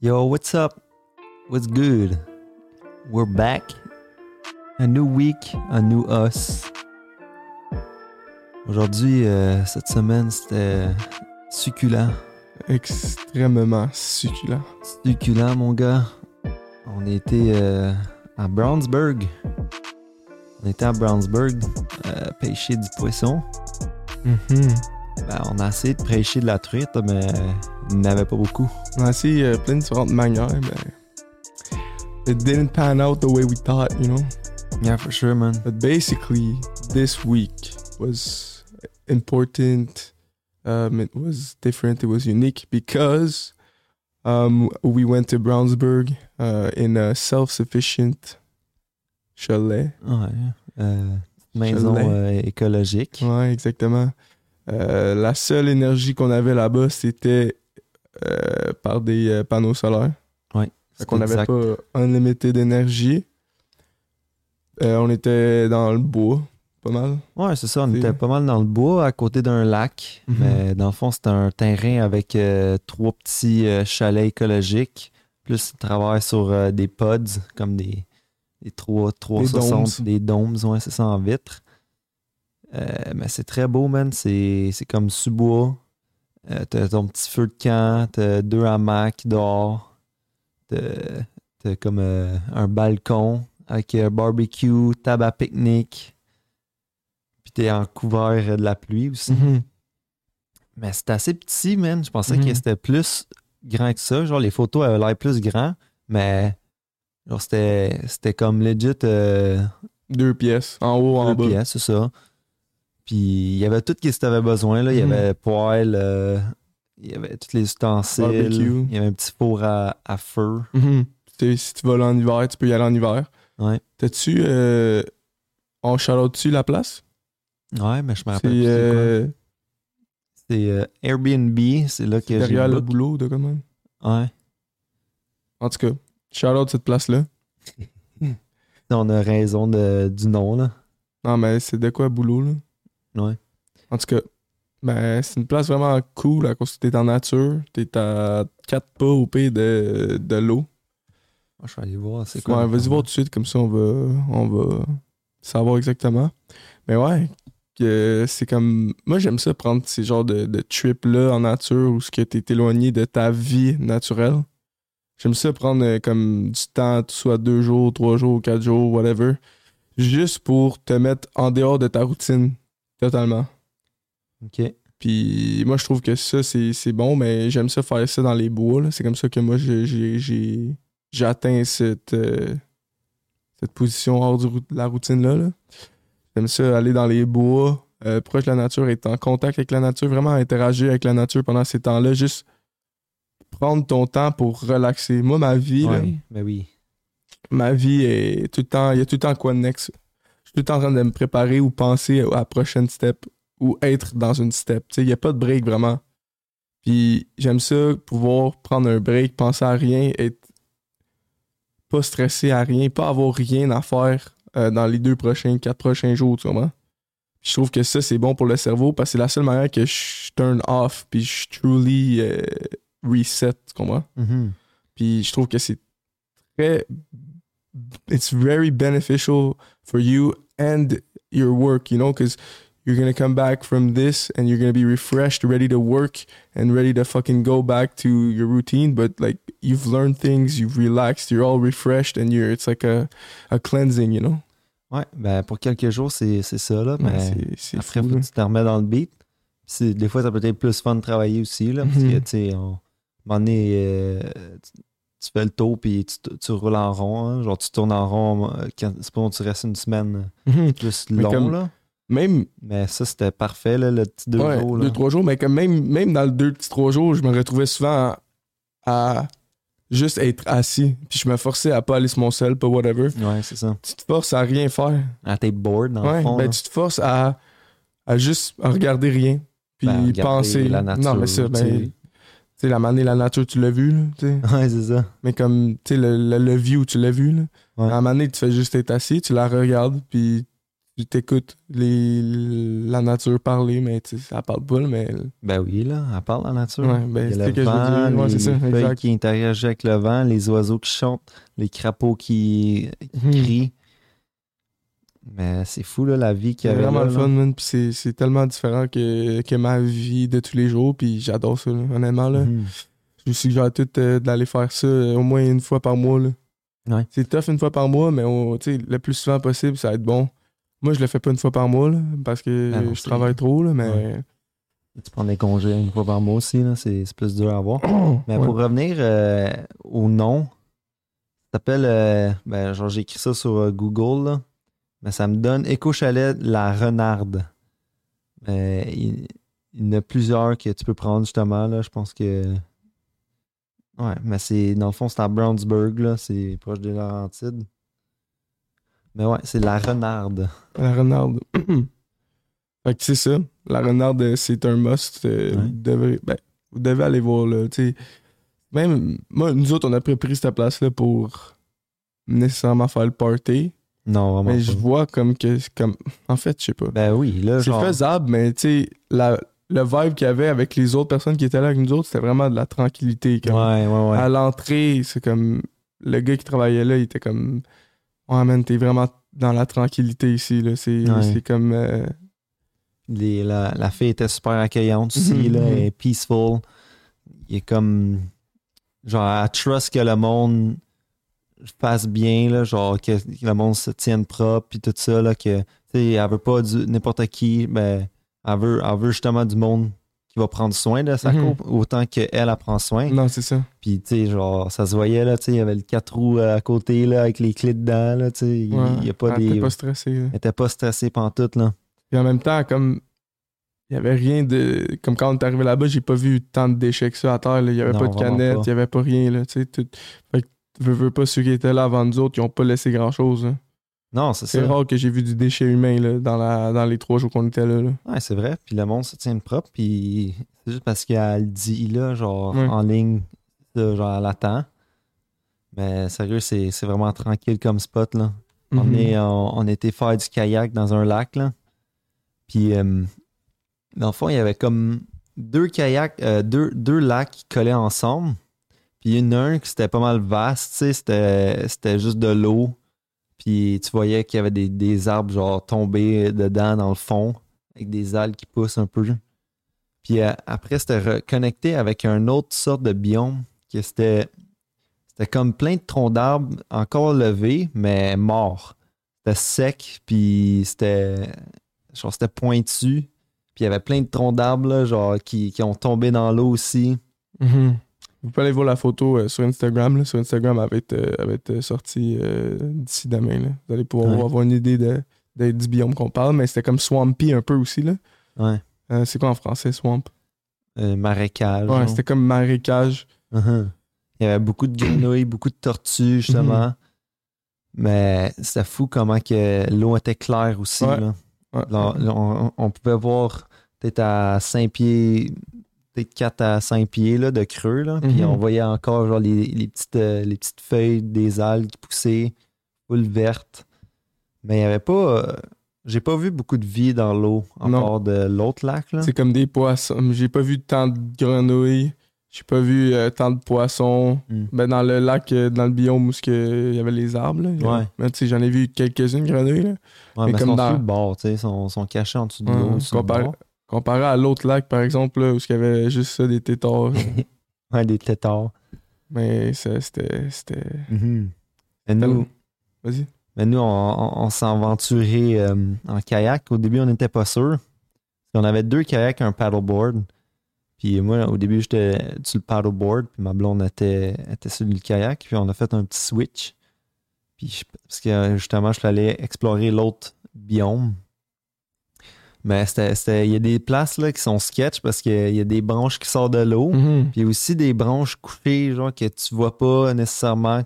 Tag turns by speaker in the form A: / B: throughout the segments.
A: Yo, what's up? What's good? We're back. A new week, a new us. Aujourd'hui, euh, cette semaine, c'était succulent.
B: Extrêmement succulent.
A: Succulent, mon gars. On était euh, à Brownsburg. On était à Brownsburg, euh, pêcher du poisson. Ben, on a essayé de pêcher de la truite, mais il n'y en avait pas beaucoup.
B: On a essayé euh, plein de différentes manières, mais it didn't pan out the way we thought, you know.
A: Yeah, for sure, man.
B: But basically, this week was important. Um, it was different. It was unique because um, we went to Brownsburg uh, in a self-sufficient chalet.
A: Ouais. euh, maison
B: Chalet.
A: euh, écologique.
B: Ouais, exactement. Euh, la seule énergie qu'on avait là-bas, c'était euh, par des euh, panneaux solaires. Fait
A: C'est
B: qu'on n'avait
A: exact.
B: pas unlimited d'énergie. Euh, on était dans le bois, pas mal.
A: Ouais, c'est ça. On
B: C'est-
A: était pas mal dans le bois, à côté d'un lac.
B: Mhm.
A: Mais dans le fond, c'était un terrain avec euh, trois petits euh, chalets écologiques. Plus, ils travaillent sur euh, des pods, comme des, des trois- 360,
B: dômes.
A: des dômes, ouais, c'est ça, en vitre. Euh, mais c'est très beau, man. C'est c'est comme sous-bois. Euh, t'as ton petit feu de camp, t'as deux hamacs dehors. T'as t'as comme euh, un balcon avec euh, barbecue, table à pique-nique. Puis t'es en couvert euh, de la pluie aussi. Mais c'était assez petit, man. Je pensais que
B: Mhm.
A: c'était plus grand que ça. Genre, les photos avaient l'air plus grand, mais genre, c'était, c'était comme legit euh,
B: Deux pièces, en haut, en
A: deux
B: bas.
A: pièces, c'est ça. Puis il y avait tout ce que tu avais besoin. Là. Il y
B: Mhm.
A: avait poêle, euh, il y avait tous les ustensiles.
B: Barbecue.
A: Il y avait un petit four à, à feu.
B: Mhm. Tu sais, Si tu vas là en hiver, tu peux y aller en hiver.
A: Ouais.
B: T'as-tu. euh, on shout-out-tu la place?
A: Ouais, mais je me rappelle
B: C'est
A: plus c'est quoi.
B: euh,
A: C'est euh, Airbnb, c'est là que j'ai
B: derrière le
A: book.
B: boulot de quand même.
A: Ouais.
B: En tout cas, shout-out cette place-là.
A: On a raison de- du nom, là.
B: Non, mais c'est de quoi boulot, là?
A: Ouais.
B: En tout cas, ben, c'est une place vraiment cool à cause que t'es en nature. T'es à 4 pas au pire de, de l'eau.
A: Moi, je vais aller voir. C'est
B: Ouais,
A: quoi?
B: vas-y voir tout de suite, comme ça on va, on va savoir exactement. Mais ouais, que c'est comme. Moi, j'aime ça prendre ces genres de, de trips-là en nature où ce que t'es éloigné de ta vie naturelle. J'aime ça prendre euh, comme du temps, soit deux jours, trois jours, quatre jours, whatever, juste pour te mettre en dehors de ta routine, totalement.
A: Ok.
B: Puis moi, je trouve que ça, c'est c'est bon, mais j'aime ça faire ça dans les bois. là. C'est comme ça que moi, j'ai- j'ai- j'ai j'ai atteint cette, euh, cette position hors du rou- de la routine-là. là. J'aime ça aller dans les bois, euh, proche de la nature, être en contact avec la nature, vraiment interagir avec la nature pendant ces temps-là. Juste prendre ton temps pour relaxer. Moi, ma vie, là,
A: Ouais, mais oui.
B: ma vie est tout le temps, il y a tout le temps quoi de next. Je suis tout le temps en train de me préparer ou penser à la prochaine step ou être dans une step. Tu sais, Il n'y a pas de break vraiment. Puis j'aime ça, pouvoir prendre un break, penser à rien, être pas stressé à rien, pas avoir rien à faire euh, dans les deux prochains, quatre prochains jours, tu comprends? Puis je trouve que ça, c'est bon pour le cerveau parce que c'est la seule manière que je turn off puis je truly euh, reset, tu comprends?
A: Mhm.
B: Puis je trouve que c'est très. It's very beneficial for you and your work, you know, because you're going to come back from this and you're going to be refreshed, ready to work, and ready to fucking go back to your routine. But like, you've learned things, you've relaxed, you're all refreshed, and you're, it's like a, a cleansing, you know?
A: Ouais, ben pour quelques jours, c'est c'est ça, là.
B: Ouais,
A: Mais
B: c'est- c'est
A: après,
B: fou,
A: faut
B: là.
A: que tu te remets dans le beat. Puis c'est- des fois, ça peut être plus fun de travailler aussi, là. Parce que,
B: Mhm.
A: tu sais, on- à un moment donné, euh, tu, tu fais le tour, puis tu, t- tu roules en rond. hein. Genre, tu tournes en rond. euh, Quand, c'est pas bon, tu restes une semaine
B: Mhm.
A: plus
B: Mais
A: long,
B: comme-
A: là.
B: Même
A: Mais ça, c'était parfait, là, le petit deux
B: Ouais,
A: jours, là.
B: deux, trois jours. Mais comme même, même dans le deux petits trois jours, je me retrouvais souvent à, à juste être assis. Puis je me forçais à pas aller sur mon sel, pas whatever.
A: Ouais, c'est ça.
B: Tu te forces à rien faire.
A: À tes board, dans
B: Ouais,
A: le fond.
B: ben,
A: là.
B: tu te forces à, à juste à regarder rien. Puis
A: Ben, regarder
B: penser.
A: la nature,
B: non, mais ça,
A: tu
B: ben,
A: sais. Ah.
B: tu sais, la manée, la nature, tu l'as vu, là, tu sais.
A: Ouais, c'est ça.
B: Mais comme, tu sais, le, le, le view, tu l'as vu, là.
A: Ouais.
B: À un moment donné, tu fais juste être assis, tu la regardes, puis Tu t'écoutes les, la nature parler, mais tu sais, ça parle pas, mais.
A: Ben oui, là, elle parle la nature.
B: Ouais, ben,
A: Il y a
B: c'est
A: le
B: ce que je
A: vent,
B: veux dire. Ouais,
A: les
B: c'est ça,
A: feuilles
B: exact.
A: qui interagissent avec le vent, les oiseaux qui chantent, les crapauds qui
B: Mhm.
A: crient. Mais c'est fou, là, la vie qu'il y
B: C'est
A: avait
B: vraiment
A: là,
B: le
A: là.
B: fun, man. Puis c'est, c'est tellement différent que, que ma vie de tous les jours. Puis j'adore ça, là, honnêtement. Là.
A: Mhm.
B: Je vous suggère à toutes euh, d'aller faire ça euh, au moins une fois par mois. Là.
A: Ouais.
B: C'est tough une fois par mois, mais on- tu sais, le plus souvent possible, ça va être bon. Moi, je le fais pas une fois par mois là, parce que
A: Ah non,
B: je
A: c'est-
B: travaille trop, là, mais.
A: Tu prends des congés une fois par mois aussi, là, c'est c'est plus dur à voir. Mais
B: Ouais.
A: pour revenir euh, au nom, ça s'appelle, euh, ben, genre j'ai écrit ça sur euh, Google, là. mais ça me donne Éco Chalet La Renarde. Euh, il, il y en a plusieurs que tu peux prendre justement, là, je pense que... Ouais, mais c'est dans le fond, c'est à Brownsburg, là, c'est proche des Laurentides. Mais ouais, c'est La Renarde.
B: La renarde. fait que c'est ça. La renarde, euh, c'est un must. euh,
A: Ouais.
B: vous, devez, ben, vous devez aller voir. Là, tu sais. Même moi, nous autres, on a pris, pris cette place-là pour nécessairement faire le party.
A: Non, vraiment
B: mais je
A: pas.
B: vois comme que. c'est Comme... En fait, je sais pas.
A: Ben oui, là,
B: c'est
A: genre...
B: faisable, mais tu sais, la- le vibe qu'il y avait avec les autres personnes qui étaient là avec nous autres, c'était vraiment de la tranquillité.
A: Ouais,
B: comme-
A: ouais, ouais.
B: À l'entrée, c'est comme. Le gars qui travaillait là, il était comme. Ouais, man, t'es vraiment dans la tranquillité ici. là. C'est
A: Ouais.
B: c'est comme. euh,
A: Les- la, la fille était super accueillante aussi,
B: Mhm,
A: là,
B: mhm.
A: elle est peaceful. Il est comme. Genre, elle trust que le monde fasse bien, là, genre, que, que le monde se tienne propre, puis tout ça, là, que, tu sais, elle veut pas du- n'importe qui, ben, elle veut, elle veut justement du monde qui va prendre soin de sa
B: Mhm.
A: coupe, autant qu'elle, elle prend soin.
B: Non, c'est ça.
A: Puis, tu sais, genre, ça se voyait, là, tu sais, il y avait le quatre roues à côté, là, avec les clés dedans, là, tu sais, il
B: Ouais,
A: il y a pas
B: elle était
A: des.
B: pas stressée, là.
A: Elle était pas stressée pantoute, là.
B: Puis en même temps, comme. Il y avait rien de. Comme quand on est arrivé là-bas, j'ai pas vu tant de déchets que ça à terre. là. Il y avait
A: Non,
B: pas de
A: vraiment
B: canettes,
A: pas.
B: il y avait pas rien, là. Tu sais, tout. Fait que, veux, veux pas ceux qui étaient là avant nous autres, ils ont pas laissé grand-chose, là.
A: Non, c'est ça.
B: C'est rare que j'ai vu du déchet humain là, dans, la, dans les trois jours qu'on était là. là.
A: Ouais, c'est vrai. Puis le monde se tient propre. Puis c'est juste parce qu'elle le dit là, genre
B: Ouais.
A: en ligne, ça, genre elle attend. Mais sérieux, c'est c'est vraiment tranquille comme spot là.
B: Mhm.
A: On, est, on, on était faire du kayak dans un lac. Là. Puis, euh, dans le fond, il y avait comme deux kayaks, euh, deux, deux lacs qui collaient ensemble. Puis, il y en a un qui c'était pas mal vaste, tu sais, c'était c'était juste de l'eau. Puis, tu voyais qu'il y avait des, des arbres, genre, tombés dedans, dans le fond, avec des algues qui poussent un peu. Puis, euh, après, c'était reconnecté avec un autre sorte de biome, que c'était c'était comme plein de troncs d'arbres encore levés, mais morts. C'était sec, puis c'était. Genre, c'était pointu. Puis il y avait plein de troncs d'arbres, là, genre, qui, qui ont tombé dans l'eau aussi.
B: Mhm. Vous pouvez aller voir la photo euh, sur Instagram. là. Sur Instagram, elle va être, euh, elle va être, euh, sortie euh, d'ici demain. là. Vous allez pouvoir
A: Ouais.
B: avoir une idée de, de- du biome qu'on parle, mais c'était comme swampy un peu aussi. là.
A: Ouais.
B: Euh, c'est quoi en français, swamp?
A: Euh, marécage.
B: Ouais,
A: genre.
B: c'était comme marécage.
A: Uh-huh. Il y avait beaucoup de grenouilles, beaucoup de tortues,
B: Mhm.
A: justement. Mais c'était fou comment que l'eau était claire aussi.
B: Ouais.
A: là.
B: Ouais.
A: Là, là, on, on pouvait voir peut-être à 5 pieds, peut-être 4 à 5 pieds là, de creux. Là, Puis
B: Mhm.
A: on voyait encore genre, les, les petites, euh, les petites feuilles des algues qui poussaient, full verte. Mais il n'y avait pas. euh, J'ai pas vu beaucoup de vie dans l'eau, en
B: Non.
A: dehors de l'autre lac. Là.
B: C'est comme des poissons. J'ai pas vu tant de grenouilles. J'ai pas vu euh, tant de poissons.
A: Mm.
B: Ben, dans le lac, euh, dans le biome où ce que- il y avait les arbres. là.
A: Ouais.
B: Mais tu sais, J'en ai vu quelques-unes grenouilles. là.
A: Ouais,
B: mais
A: mais
B: comme
A: comme
B: dans-
A: le bord, tu sais, sont, sont cachés en dessous de
B: Ouais,
A: l'eau. sur le
B: comparé-
A: bord.
B: Comparé à l'autre lac, par exemple, là, où il y avait juste ça, des tétards.
A: Ouais, des tétards.
B: mais ça, c'était. c'était... Mhm.
A: Mais nous,
B: Vas-y.
A: mais nous, on, on- on s'est aventuré euh, en kayak. Au début, on n'était pas sûr. On avait deux kayaks, un paddleboard. Puis moi, au début, j'étais sur le paddleboard, puis ma blonde était, était sur le kayak. Puis on a fait un petit switch. Puis je- parce que euh, justement, je suis allé explorer l'autre biome. Mais c'était, c'était- il y a des places là, qui sont sketch parce qu'il y a des branches qui sortent de l'eau.
B: Mm-hmm.
A: Puis aussi des branches couchées, genre que tu vois pas nécessairement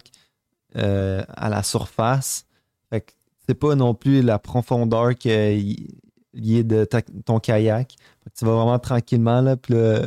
A: euh, à la surface. Fait que c'est pas non plus la profondeur que y- y est de ta- ton kayak. Fait que tu vas vraiment tranquillement, là, puis là,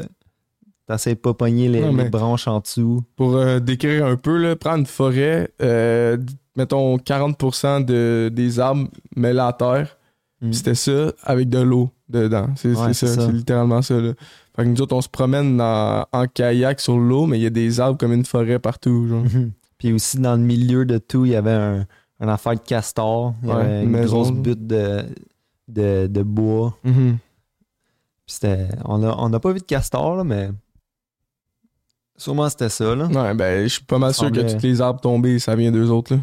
A: t'essaies de pas pogner les,
B: Non,
A: les
B: mais-
A: branches en dessous.
B: Pour euh, décrire un peu, là, prends une forêt, euh, d- mettons 40% de, des arbres, mets-la à terre,
A: Mm.
B: Puis C'était ça avec de l'eau dedans. C'est
A: Ouais,
B: c'est
A: c'est
B: ça,
A: ça.
B: c'est littéralement ça. Là. Fait que nous autres, on se promène dans- en kayak sur l'eau, mais il y a des arbres comme une forêt partout. Genre.
A: Mhm. Puis aussi, dans le milieu de tout, il y avait un, un affaire de castor. Il y
B: Ouais,
A: avait
B: une
A: une
B: maison.
A: grosse butte de, de, de bois. Puis c'était- on n'a on a pas vu de castor, là, mais sûrement c'était ça. Là.
B: Ouais, ben, je suis pas mal sûr
A: Semblait-
B: que tous les arbres tombés, ça vient d'eux autres. Là.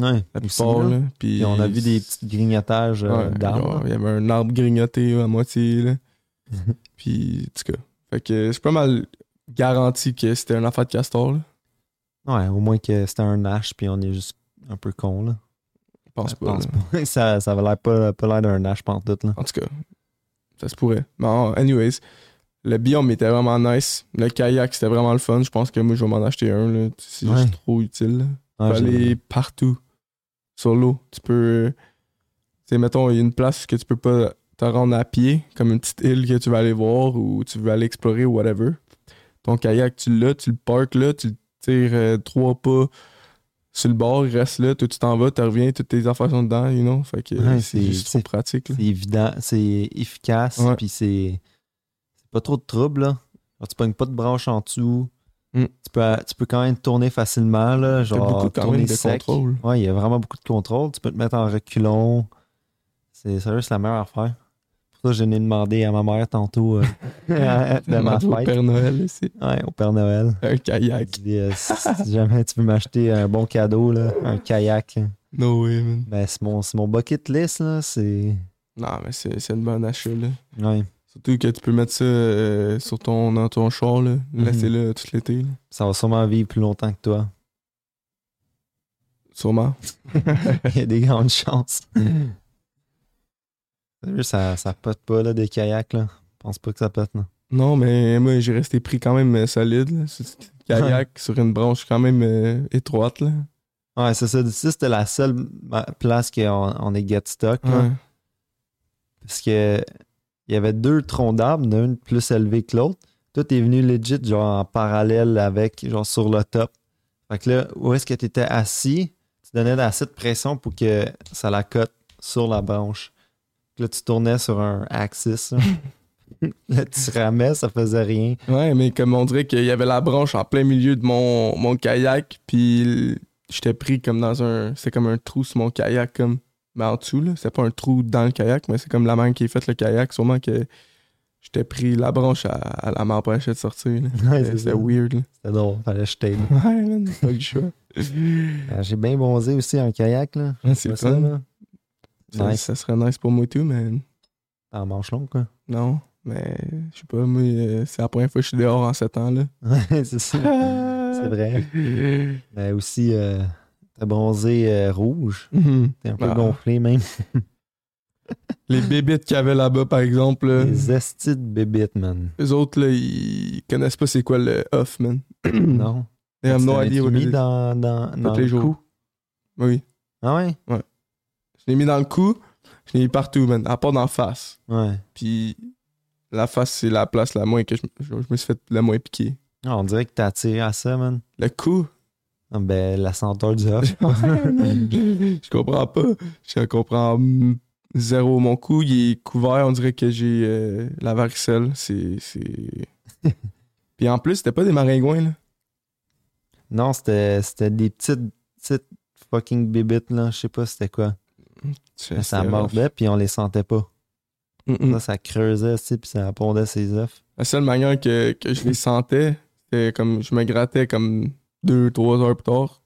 A: Ouais,
B: La
A: aussi,
B: plupart.
A: là.
B: Là. Puis,
A: Puis on a vu des petits grignotages euh,
B: Ouais,
A: d'arbres.
B: genre, Il y avait un arbre grignoté à moitié. Là. Puis, en tout cas. Fait que je suis pas mal garanti que c'était un affaire de castor. Là.
A: Ouais, au moins que c'était un hache, puis on est juste un peu con. Là.
B: Je pense
A: Je
B: pas.
A: pense
B: là.
A: pas. ça, ça avait l'air pas, pas l'air d'un hache pantoute. Là.
B: En tout cas, ça se pourrait. Mais en- anyways, le biome était vraiment nice. Le kayak, c'était vraiment le fun. Je pense que moi, je vais m'en acheter un. là. C'est
A: Ouais.
B: juste trop utile. là.
A: Ouais,
B: peux
A: j'ai-
B: aller partout sur l'eau. Tu peux. Tu sais, mettons, il y a une place que tu peux pas te rendre à pied, comme une petite île que tu vas aller voir ou tu veux aller explorer ou whatever. Ton kayak, tu l'as, tu le parques là, tu le tires euh, trois pas sur le bord, il reste là, toi tu t'en vas, tu reviens, toutes tes affaires sont dedans, you know. Fait que
A: Ouais,
B: c'est
A: c'est-
B: juste trop
A: c'est-
B: pratique. là.
A: C'est évident, c'est efficace,
B: Ouais.
A: puis c'est c'est pas trop de trouble. Là. Genre, tu pognes pas de branche en dessous.
B: Mm.
A: Tu, peux, tu peux quand même tourner facilement. Là,
B: T'as
A: genre,
B: beaucoup quand
A: tourner
B: même de
A: sec.
B: contrôle.
A: Ouais, il y a vraiment beaucoup de contrôle. Tu peux te mettre en reculon. C'est sérieux, c'est la meilleure affaire. Pour ça, je n'ai demandé à ma mère tantôt euh, de ma
B: Demande au
A: fête.
B: Père Noël, c'est
A: Ouais, au Père Noël.
B: un kayak.
A: Je dis, euh, si, si jamais tu veux m'acheter un bon cadeau, là, un kayak, là,
B: No way, man.
A: ben, c'est mon, c'est mon bucket list. là, C'est.
B: Non, mais c'est c'est une bonne achat, là.
A: Ouais.
B: Surtout que tu peux mettre ça euh, sur ton, dans ton char, là.
A: Mhm.
B: Laisser-le tout l'été, là.
A: Ça va sûrement vivre plus longtemps que toi.
B: Sûrement.
A: Il y a des grandes chances. Sérieux, ça, ça pote pas là, des kayaks. Là. Je pense pas que ça pote. Non.
B: Non, mais moi, j'ai resté pris quand même euh, solide, là. Sur ce petit kayak, sur une branche quand même euh, étroite, là.
A: Ouais, c'est ça. D'ici, c'était la seule ma- place qu'on on est get stock. là.
B: Ouais.
A: Parce que il y avait deux troncs d'arbres, l'un plus élevé que l'autre. Tout est venu legit, genre en parallèle avec, genre sur le top. Fait que là, où est-ce que tu étais assis, tu donnais assez de pression pour que ça la cote sur la branche. Puis Là, tu tournais sur un axis. là. Là, tu ramais, ça faisait rien.
B: Ouais, mais comme on dirait qu'il y avait la branche en plein milieu de mon, mon kayak, puis l- j'étais pris comme dans un... C'est comme un trou sur mon kayak, comme... Mais en dessous, là. C'était pas un trou dans le kayak, mais c'est comme la main qui est faite le kayak. Sûrement que j'étais pris la branche, à, elle elle m'empêchait de sortir, là.
A: Ouais, c'est
B: C'était
A: ça.
B: weird, là.
A: C'était drôle, fallait jeter. Ben,
B: Ouais, man, pas le choix.
A: J'ai bien bonzé aussi en kayak. Là.
B: Ah, c'est
A: Pas
B: le
A: ça,
B: fun.
A: là.
B: Ça,
A: Nice.
B: ça serait nice pour moi et tout, mais
A: En manche longue, quoi.
B: non. Mais je sais pas, moi, euh, c'est la première fois que je suis dehors en 7 ans, là.
A: Ouais, c'est ça. C'est vrai. Mais aussi, euh, t'as bronzé euh, rouge.
B: Mhm.
A: T'es un peu
B: Ah.
A: gonflé même.
B: Les bébites qu'il y avait là-bas, par exemple, là,
A: Les estis de bébites, man.
B: eux autres, là, ils connaissent pas c'est quoi le off, man. Hmm.
A: Non.
B: They have no
A: Tu
B: idea
A: l'as-tu
B: what it
A: mis
B: is.
A: dans, dans, dans
B: les
A: le
B: jours.
A: cou?
B: Oui.
A: Ah ouais?
B: Je l'ai mis dans le cou, je l'ai mis partout, man. À part dans la face.
A: Ouais.
B: Puis la face, c'est la place la moins que je, je- je me suis fait la moins piquer.
A: Ah, on dirait que t'as attiré à ça, man.
B: Le cou,
A: Ah, ben, la senteur du off.
B: je comprends pas. Je comprends mm, zéro. Mon cou, il est couvert. On dirait que j'ai euh, la varicelle. C'est. c'est- Puis en plus, c'était pas des maringouins, là.
A: non, c'était c'était des petites, petites fucking bébites, là. Je sais pas c'était quoi.
B: C'est-
A: Mais ça
B: c'est-
A: mordait, puis on les sentait pas.
B: Mm-mm.
A: Ça, ça creusait, tu sais, puis ça pondait ses œufs.
B: La seule manière que, que je les sentais, c'était comme. Je me grattais comme deux, trois heures plus tard.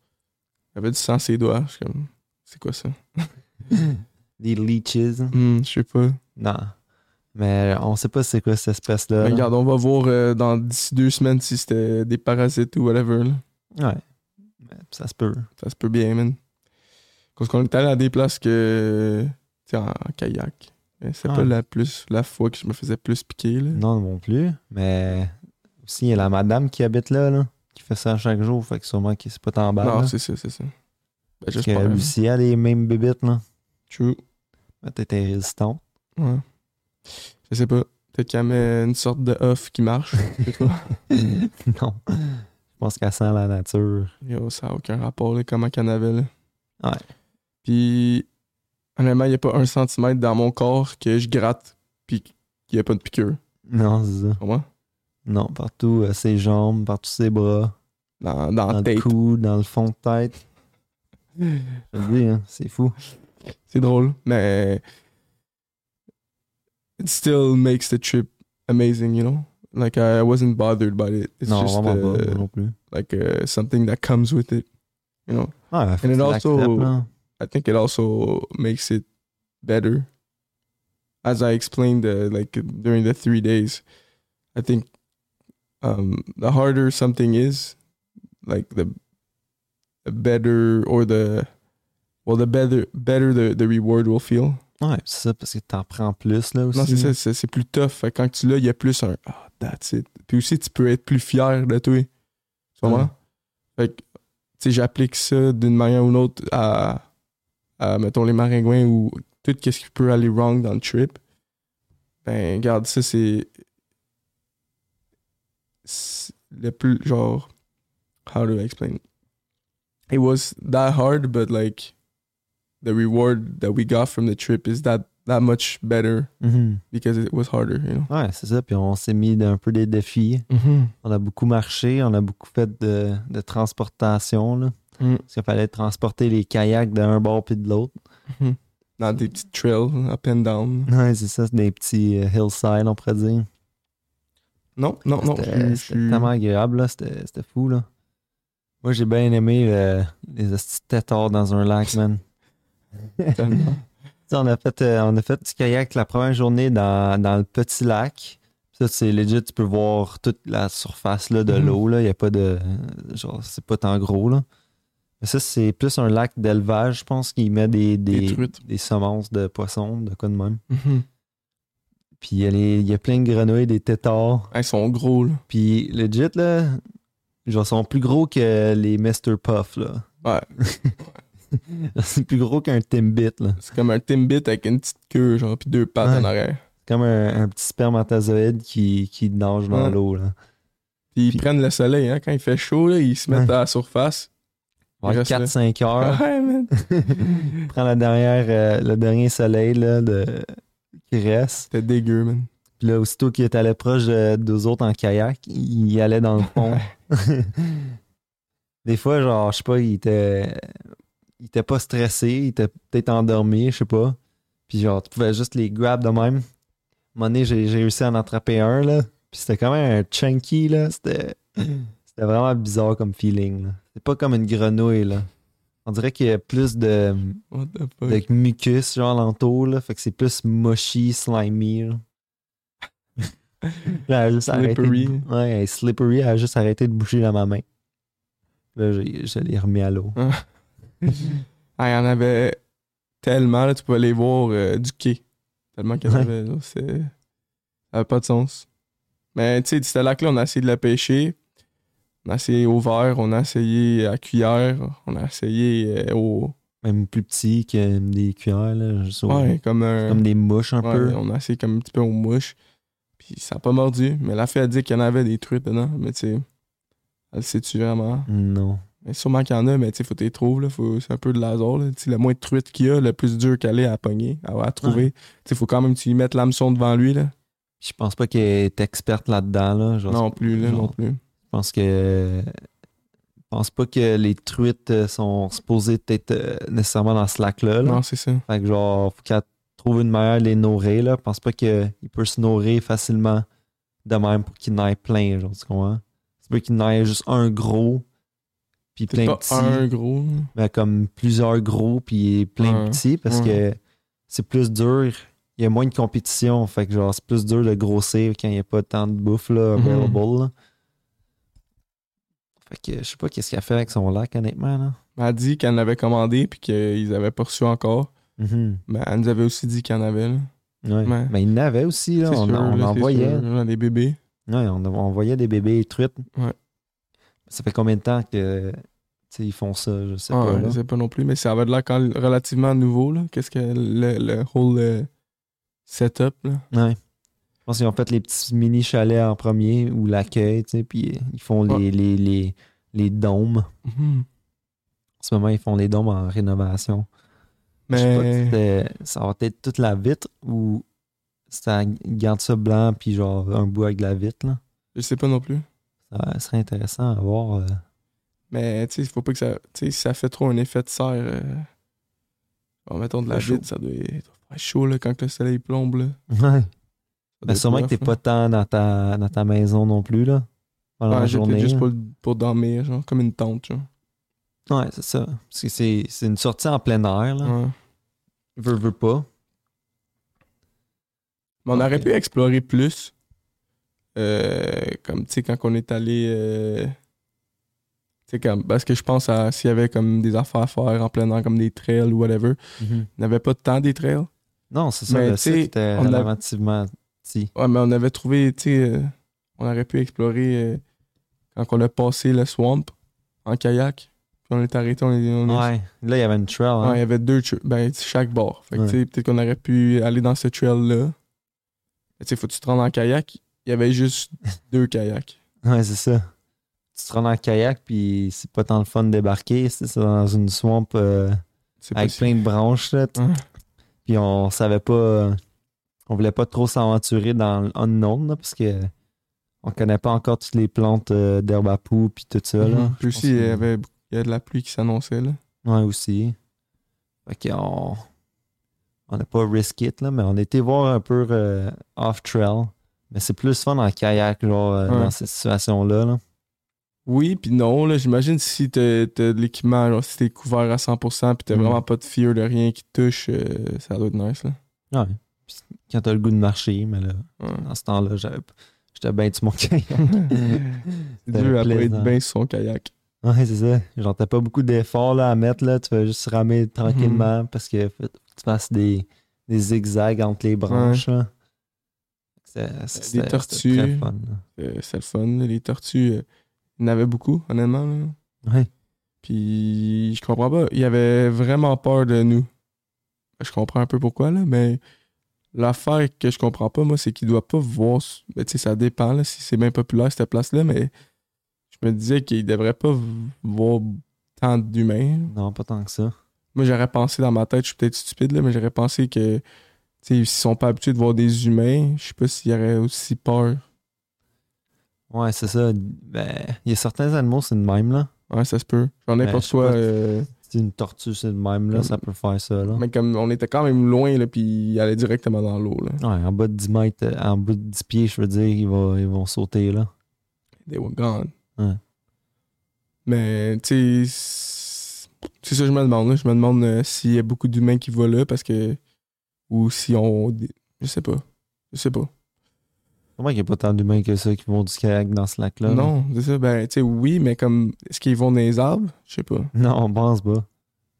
B: J'avais du sang sur les doigts. Je suis comme. C'est quoi ça?
A: Des leeches.
B: Hmm, je sais pas.
A: Non. Mais on sait pas c'est quoi cette espèce-là.
B: Mais
A: là.
B: Ben, regarde, on va voir euh, dans d'ici deux semaines si c'était des parasites ou whatever, là.
A: Ouais. Mais Ça se peut.
B: Ça se peut bien, man. Parce qu'on est allé à des places que. Tu sais, en, en kayak. Mais C'est
A: Ah.
B: pas la, plus, la fois que je me faisais plus piquer, là.
A: Non, non plus. Mais aussi, il y a la madame qui habite là, là, qui fait ça chaque jour. Fait que sûrement que c'est pas tant bas.
B: non,
A: là.
B: c'est ça, c'est ça. Ben,
A: Parce que
B: j'espère.
A: Lucie a les mêmes bébites, là.
B: True.
A: Peut-être un résistant.
B: Ouais. Je sais pas. Peut-être qu'elle met une sorte de off qui marche. Je sais pas.
A: non. Je pense qu'elle sent la nature.
B: Yo, ça n'a aucun rapport, là, comment qu'elle en avait, là.
A: Ouais.
B: Puis. Honnêtement, il n'y a pas un centimètre dans mon corps que je gratte puis qu'il n'y a pas de piqûre.
A: Non, c'est ça.
B: Tu comprends?
A: Non, partout euh, ses jambes, partout ses bras,
B: Dans, dans,
A: dans
B: la tête.
A: le cou, dans le fond de tête. Je le dis, hein, c'est fou.
B: C'est drôle, mais. It still makes the trip amazing, you know? Like, I wasn't bothered by it. It's
A: non,
B: just
A: vraiment
B: uh,
A: pas, moi non plus.
B: like uh, something that comes with it, you know?
A: Ah, faut que
B: and it
A: tu
B: also-
A: l'acceptes, là.
B: I think it also makes it better. As I explained, uh, like during the three days, I think um, the harder something is, like the, the better or the well, the better better the, the reward will feel.
A: Ouais, c'est ça, parce que t'en prends plus, là, aussi.
B: Non, c'est ça, c'est c'est plus tough. Fait que quand tu l'as, il y a plus un ah, that's it. Puis aussi, tu peux être plus fier de toi. Tu comprends?
A: Ouais.
B: Fait que, tu sais, j'applique ça d'une manière ou d'une autre à, à, mettons, les maringouins ou tout ce qui peut aller wrong dans le trip. Ben, regarde, ça, c'est. c'est Le plus. Genre. How do I explain? it? It was that hard, but like. The reward that we got from the trip is that that much better
A: Mhm.
B: because it was harder, you know.
A: Ouais, c'est ça. Puis on s'est mis un peu des défis. On a beaucoup marché, on a beaucoup fait de, de transportation, là.
B: Mm.
A: Parce qu'il fallait transporter les kayaks d'un bord puis de l'autre.
B: Dans des petits trails up and down.
A: Ouais, c'est ça, c'est des petits euh, hillsides, on pourrait dire.
B: Non, non, non.
A: C'était
B: je- je-
A: c'était tellement agréable, là. C'était c'était fou, là. Moi, j'ai bien aimé le- les hosties de têtards dans un lac, man.
B: Tellement.
A: Tu sais, on a fait euh, on a fait du kayak la première journée dans, dans le petit lac. Ça, c'est legit, tu peux voir toute la surface là, de
B: Mhm.
A: l'eau. là. Il n'y a pas de. Genre, c'est pas tant gros. Là. Mais ça, c'est plus un lac d'élevage, je pense, qui met des, Mm-hmm.
B: Des
A: des,
B: truites.
A: des semences de poissons, de quoi de même.
B: Mhm.
A: Puis il y, a les- il y a plein de grenouilles, des tétards.
B: Ah, Ils sont gros, là.
A: Puis legit, là, genre, sont plus gros que les Mr. Puff. Là.
B: Ouais.
A: c'est plus gros qu'un Timbit. Là.
B: C'est comme un Timbit avec une petite queue, genre, puis deux pattes
A: Ouais.
B: en arrière.
A: comme un, un petit spermatozoïde qui, qui nage dans
B: Ouais.
A: l'eau. là.
B: Puis ils
A: Puis-
B: prennent le soleil, hein. Quand il fait chaud, là, ils se mettent
A: Ouais.
B: à la surface. Il reste là.
A: 4-5 heures,
B: Ouais, man.
A: prend la dernière, euh, le dernier soleil là, de, qui reste.
B: C'était dégueu, man.
A: Puis là, aussitôt qu'il est allé proche de, deux autres en kayak, il, il allait dans le fond. Des fois, genre, je sais pas, il était, il était pas stressé, il était peut-être endormi, je sais pas. Puis genre, tu pouvais juste les grab de même. À un moment donné, j'ai j'ai réussi à en attraper un, là. Puis c'était quand même un chunky, là. C'était c'était vraiment bizarre comme feeling, là. C'est pas comme une grenouille, là. On dirait qu'il y a plus de,
B: What the fuck?
A: de mucus, genre, l'entour, là. Fait que c'est plus mushy, slimy, là. Là, elle a juste arrêté de-
B: Slippery.
A: ouais, elle est slippery. Elle a juste arrêté de bouger dans ma main. Là, j'ai- je l'ai remis à l'eau.
B: Ah, il y en avait tellement, là, tu pouvais les voir euh, du quai. Tellement qu'il y en
A: Ouais.
B: avait, là, c'est- ça n'avait pas de sens. Mais tu sais, c'était là que là, on a essayé de la pêcher. On a essayé au verre, on a essayé à cuillère, on a essayé euh, au.
A: Même plus petit que des cuillères, là. juste au-
B: Ouais, comme un.
A: Comme des mouches, un
B: ouais,
A: peu.
B: On a essayé comme un petit peu aux mouches. Puis ça n'a pas mordu. Mais la fille a dit qu'il y en avait des truites dedans. Mais tu sais, elle sait-tu vraiment?
A: Non.
B: Mais sûrement qu'il y en a, mais tu sais, faut t'y trouver, là. Faut- C'est un peu de hasard, là. Tu sais, le moins de truite qu'il y a, le plus dur qu'elle est à pogner, à, à trouver. Tu sais, faut quand même que tu y mettes l'hameçon devant lui, là.
A: Je pense pas qu'elle est experte là-dedans, là. Genre,
B: non plus, là,
A: genre-
B: non plus.
A: Je pense que. Je pense pas que les truites euh, sont supposées être euh, nécessairement dans ce lac-là. là.
B: Non, c'est ça.
A: Fait que genre, faut qu'elle trouve une manière de les nourrir, là. Je pense pas qu'il peut se nourrir facilement de même pour qu'il n'aille plein, genre, tu comprends? C'est pas qu'il n'aille juste un gros, puis
B: C'est
A: plein de
B: pas
A: petits,
B: un gros, là.
A: mais comme plusieurs gros, puis plein
B: Ouais,
A: de petits, parce
B: ouais.
A: que c'est plus dur. Il y a moins de compétition, fait que genre, c'est plus dur de grossir quand il n'y a pas tant de bouffe, là,
B: Mhm.
A: available, là. Fait que je sais pas qu'est-ce qu'elle fait avec son lac, honnêtement, là.
B: Elle a dit qu'elle en avait commandé, puis qu'ils avaient pas reçu encore.
A: Mhm.
B: Mais elle nous avait aussi dit qu'il y en avait, là.
A: Ouais.
B: Ouais.
A: Mais il n'avait aussi, là.
B: C'est
A: On,
B: sûr,
A: on
B: là,
A: en
B: c'est
A: voyait.
B: sûr, là, des bébés.
A: Ouais, on, on voyait des bébés truites.
B: Ouais.
A: Ça fait combien de temps que tu sais, ils font ça, je sais
B: Ah,
A: pas.
B: ouais,
A: là.
B: je sais pas non plus, mais ça avait de l'air quand relativement nouveau, là. Qu'est-ce que le, le whole euh, setup, là.
A: Ouais. Je pense qu'ils ont fait les petits mini chalets en premier ou l'accueil, tu sais, puis ils font les,
B: Ouais.
A: les, les, les dômes.
B: Mhm.
A: En ce moment, ils font les dômes en rénovation. Je sais pas si
B: Mais
A: c'était- ça va être toute la vitre ou ça garde ça blanc puis genre un bout avec de la vitre. Là.
B: je sais pas non plus.
A: Ça serait intéressant à voir. euh.
B: Mais tu sais, il faut pas que ça. Tu sais, si ça fait trop un effet de serre. euh, bon, mettons de la
A: Fait chaud.
B: vitre, ça doit être faire chaud là, quand que le soleil plombe. Là. Ça
A: Ouais.
B: doit
A: Ben,
B: être
A: sûrement que
B: rough, hein.
A: t'es
B: là.
A: pas tant dans ta, dans ta maison non plus là, pendant
B: Ouais,
A: la
B: j'ai peut-être
A: journée. hein.
B: juste
A: là.
B: pour, pour dormir, genre, comme une tente. Genre.
A: Ouais, c'est ça. Parce que c'est c'est une sortie en plein air. Là.
B: Ouais.
A: Veux, veux pas.
B: Mais on aurait
A: Ah, Ok.
B: pu explorer plus. Euh, comme, tu sais, quand on est allé. euh, tu sais, comme. Parce que je pense à s'il y avait comme des affaires à faire en plein air, comme des trails ou whatever. On n'avait pas tant des trails.
A: Non, c'est ça.
B: Mm-hmm. Mais
A: le
B: tu sais,
A: site était
B: on a-
A: relativement petit.
B: Ouais, mais on avait trouvé, tu sais, euh, on aurait pu explorer euh, quand on a passé le swamp en kayak. Puis on est arrêté, on est. on est-
A: Ouais. Là, il y avait une trail. hein.
B: Ouais, il y avait deux tra- ben, chaque bord. Fait que,
A: Ouais.
B: tu sais, peut-être qu'on aurait pu aller dans ce trail-là. Mais Tu sais, faut que tu te rendes en kayak. Il y avait juste deux kayaks.
A: Ouais, c'est ça. Tu te rends en kayak, puis c'est pas tant le fun de débarquer. C'est ça, dans une swamp euh,
B: C'est
A: avec
B: possible.
A: plein de branches. Là,
B: Ouais.
A: Puis on savait pas. euh, On voulait pas trop s'aventurer dans l'unknown, là, parce que on connaît pas encore toutes les plantes euh, d'herbe à poux, puis tout ça. là.
B: Mhm. Puis
A: hein, Je pense
B: aussi, il y
A: que-
B: avait beaucoup- il y a de la pluie qui s'annonçait. là.
A: Ouais, aussi. Fait qu'on. On n'a pas risk it, là, mais on était voir un peu euh, off-trail. Mais c'est plus fun en kayak, genre, euh,
B: Ouais.
A: dans cette situation-là. là.
B: Oui, puis non, là, j'imagine si t'as t'as de l'équipement, genre, si t'es couvert à 100%, puis t'as
A: Mhm.
B: vraiment pas de fear de rien qui te touche, euh, ça doit être nice. Là.
A: Ouais. Puis Quand t'as le goût de marcher, mais là,
B: Ouais.
A: dans ce temps-là, j'avais p- j'étais bien sur mon kayak.
B: C'est dur à pas
A: plaisant.
B: être bien sur son kayak.
A: ouais, c'est ça. Genre, t'as pas beaucoup d'efforts là, à mettre, là. Tu vas juste ramer tranquillement
B: Mhm.
A: parce que faut- tu passes des, des zigzags entre les branches, là. C'est- c'était- c'était
B: tortues.
A: très fun, là.
B: Euh, c'est le fun. là. Les tortues, euh, il y en avait beaucoup, honnêtement. là.
A: Ouais.
B: Puis je comprends pas. Il avait vraiment peur de nous. Je comprends un peu pourquoi, là, mais l'affaire que je comprends pas, moi, c'est qu'il doit pas voir. Ben, tu sais, ça dépend là, si c'est bien populaire cette place-là, mais je me disais qu'il devrait pas v- voir tant d'humains.
A: Non, pas tant que ça.
B: Moi, j'aurais pensé dans ma tête, je suis peut-être stupide, là, mais j'aurais pensé que tu sais, s'ils sont pas habitués de voir des humains, je sais pas s'il y aurait aussi peur.
A: Ouais, c'est ça. Ben, il y a certains animaux, c'est de même, là.
B: Ouais, ça se peut.
A: Ben,
B: Genre
A: je
B: n'importe
A: sais
B: quoi.
A: pas.
B: euh,
A: Si une tortue, c'est de même, là,
B: Comme-
A: ça peut faire ça, là.
B: Mm. mais comme on était quand même loin, là, puis il allait directement dans l'eau. Là.
A: Ouais, en bas de 10 mètres, euh, en bas de 10 pieds, je veux dire, ils vont, ils vont sauter, là.
B: They were gone.
A: Ouais.
B: Mais, tu sais, c'est- c'est ça que je me demande. là. Je me demande euh, s'il y a beaucoup d'humains qui vont là parce que. Ou si on. Je sais pas. Je sais pas.
A: Comment il n'y a pas tant d'humains que ça qui vont du kayak dans ce lac-là? là?
B: non, c'est ça. Ben, tu sais, oui, mais comme. Est-ce qu'ils vont dans les arbres Je sais pas.
A: Non, on pense pas. Et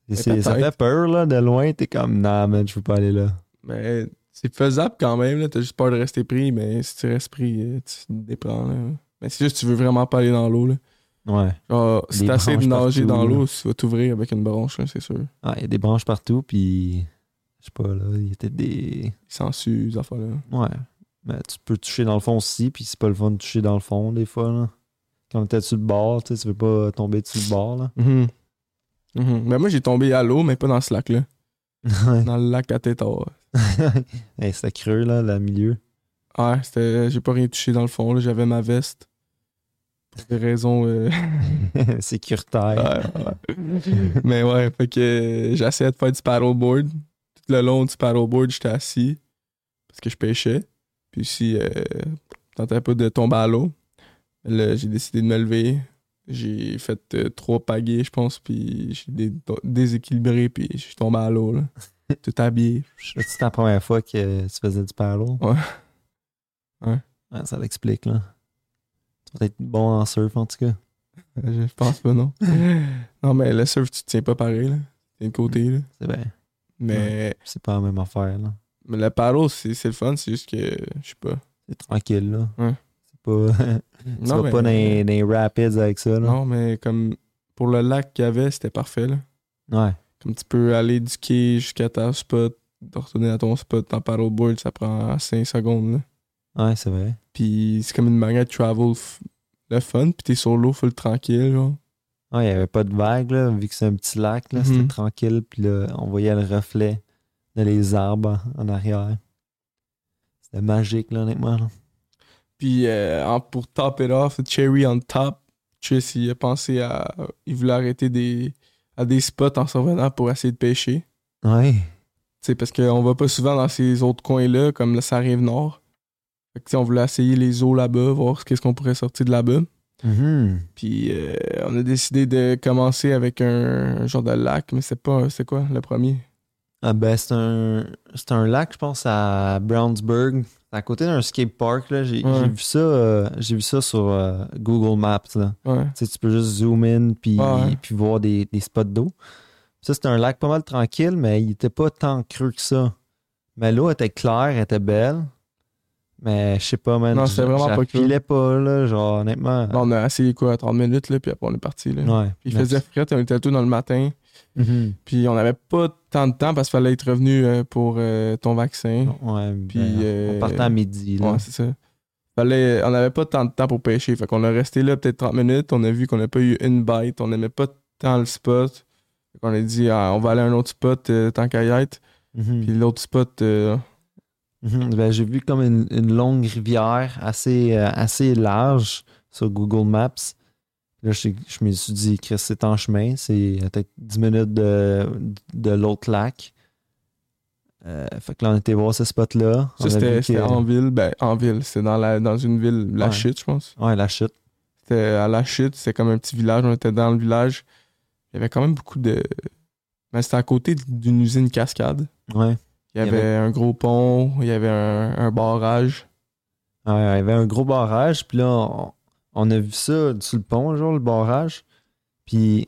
B: Mais
A: c'est- Ça
B: peut-être.
A: fait peur, là, de loin, t'es comme, non, man, je veux pas aller là.
B: Mais c'est faisable quand même. là. T'as juste peur de rester pris, mais si tu restes pris, euh, tu te déprends. Là. Mais c'est juste que tu veux vraiment pas aller dans l'eau. là.
A: Ouais.
B: Genre, si
A: Des
B: t'essaies de
A: branches
B: nager dans
A: partout,
B: l'eau, tu vas t'ouvrir avec une branche, là, c'est sûr.
A: Ah, Il y a des branches partout, puis, je sais pas, là, il y a peut-être des.
B: Il s'ensuit, ces affaires-là.
A: Ouais. Mais tu peux toucher dans le fond aussi, puis c'est pas le fun de toucher dans le fond, des fois, là. Quand t'es sur le bord, tu sais, tu veux pas tomber dessus le bord, là.
B: Mhm. Mhm. Ben moi, j'ai tombé à l'eau, mais pas dans ce lac-là.
A: Ouais.
B: Dans le lac à tête haute.
A: Hey, c'était creux, là, le milieu.
B: Ouais, Ah, c'était... J'ai pas rien touché dans le fond, là. J'avais ma veste. Pour des raisons... euh,
A: Sécuritaire.
B: ouais, ouais. mais ouais, fait que euh, j'essayais de faire du paddleboard. Tout le long du paddleboard, j'étais assis. Parce que je pêchais. Puis si euh, je tentais pas de tomber à l'eau, là, j'ai décidé de me lever. J'ai fait euh, trois pagaies, je pense, puis j'ai dé- déséquilibré, puis je suis tombé à l'eau, là. Tout habillé.
A: C'était la première fois que tu faisais du paddle.
B: Ouais. Ouais.
A: Ouais, ça l'explique, là. Tu vas être bon en surf, en tout cas.
B: Euh, Je pense pas, non. non, mais le surf, tu te tiens pas pareil, là. T'es de côté, là.
A: C'est bien.
B: Mais,
A: C'est pas la même affaire, là.
B: mais le paddle, c'est c'est le fun, c'est juste que, je sais pas.
A: C'est tranquille, là.
B: Ouais.
A: C'est pas... tu
B: Non,
A: vas
B: mais-
A: pas dans les, dans les rapids avec ça, là.
B: Non, mais comme pour le lac qu'il y avait, c'était parfait. Là.
A: Ouais.
B: Comme tu peux aller du quai jusqu'à ta spot, de retourner à ton spot en paddleboard, ça prend 5 secondes. là.
A: Ouais, c'est vrai.
B: Puis c'est comme une manière de travel f- le fun, puis t'es sur l'eau full tranquille. Genre.
A: Ah, il n'y avait pas de vague, là, vu que c'est un petit lac, là, c'était
B: Mhm.
A: tranquille. Puis là, on voyait le reflet de les arbres en arrière. C'était magique, là, honnêtement. là.
B: Puis euh, en- pour top it off, Cherry on top, Chris il a pensé à. Il voulait arrêter des, à des spots en s'en venant pour essayer de pêcher.
A: Ouais.
B: Tu sais, parce qu'on va pas souvent dans ces autres coins-là, comme le rive nord. Fait que, tu sais, on voulait essayer les eaux là-bas, voir qu'est-ce qu'on pourrait sortir de là-bas.
A: Mhm.
B: Puis euh, on a décidé de commencer avec un, un genre de lac, mais c'est pas. C'est quoi le premier
A: Ah, ben, c'est un, c'est un lac, je pense, à Brownsburg. C'est à côté d'un skate park, là. J'ai
B: Ouais.
A: j'ai vu ça, euh, j'ai vu ça sur euh, Google Maps, là.
B: Ouais.
A: Tu sais, tu peux juste zoom in puis,
B: Ouais.
A: puis voir des, des spots d'eau. Ça, c'était un lac pas mal tranquille, mais il était pas tant creux que ça. Mais l'eau était claire, elle était belle. Mais je sais pas, man.
B: Non, c'était
A: je-
B: vraiment
A: je la
B: pas creux.
A: filais pas, là, genre, honnêtement.
B: Là, on a essayé quoi 30 minutes, là, puis après on est parti. Là.
A: Ouais.
B: Puis il
A: Mais-
B: faisait fret, on était tôt dans le matin.
A: Mhm.
B: Puis on n'avait pas tant de temps parce qu'il fallait être revenu euh, pour euh, ton vaccin.
A: Ouais,
B: Puis,
A: ben,
B: euh,
A: on partait à midi, là.
B: Ouais, c'est ça. Fallait, on n'avait pas tant de temps pour pêcher. Fait qu'on a resté là peut-être 30 minutes. On a vu qu'on n'a pas eu une bite. On n'aimait pas tant le spot. Fait qu'on a dit, Ah, on va aller à un autre spot euh, tant qu'à y être.
A: Mhm.
B: Puis l'autre spot, euh,
A: Mhm. Ben, j'ai vu comme une, une longue rivière assez, euh, assez large sur Google Maps. Là, je, je me suis dit, Chris, c'est en chemin. C'est euh, peut-être 10 minutes de, de l'autre lac. Euh, fait que là, on était voir ce spot-là. On
B: ça
A: a
B: c'était
A: vu
B: c'était
A: que-
B: en ville. Ben, en ville. C'était dans, la, dans une ville, la
A: Ouais.
B: chute, je pense.
A: Ouais, la chute.
B: C'était à la chute. C'était comme un petit village. On était dans le village. Il y avait quand même beaucoup de. Mais c'était à côté d'une usine cascade.
A: Ouais.
B: Il y avait, un gros pont, il y avait un, un barrage.
A: Ouais, il y avait un gros barrage, puis là, on, on a vu ça sur le pont, genre, le barrage. Puis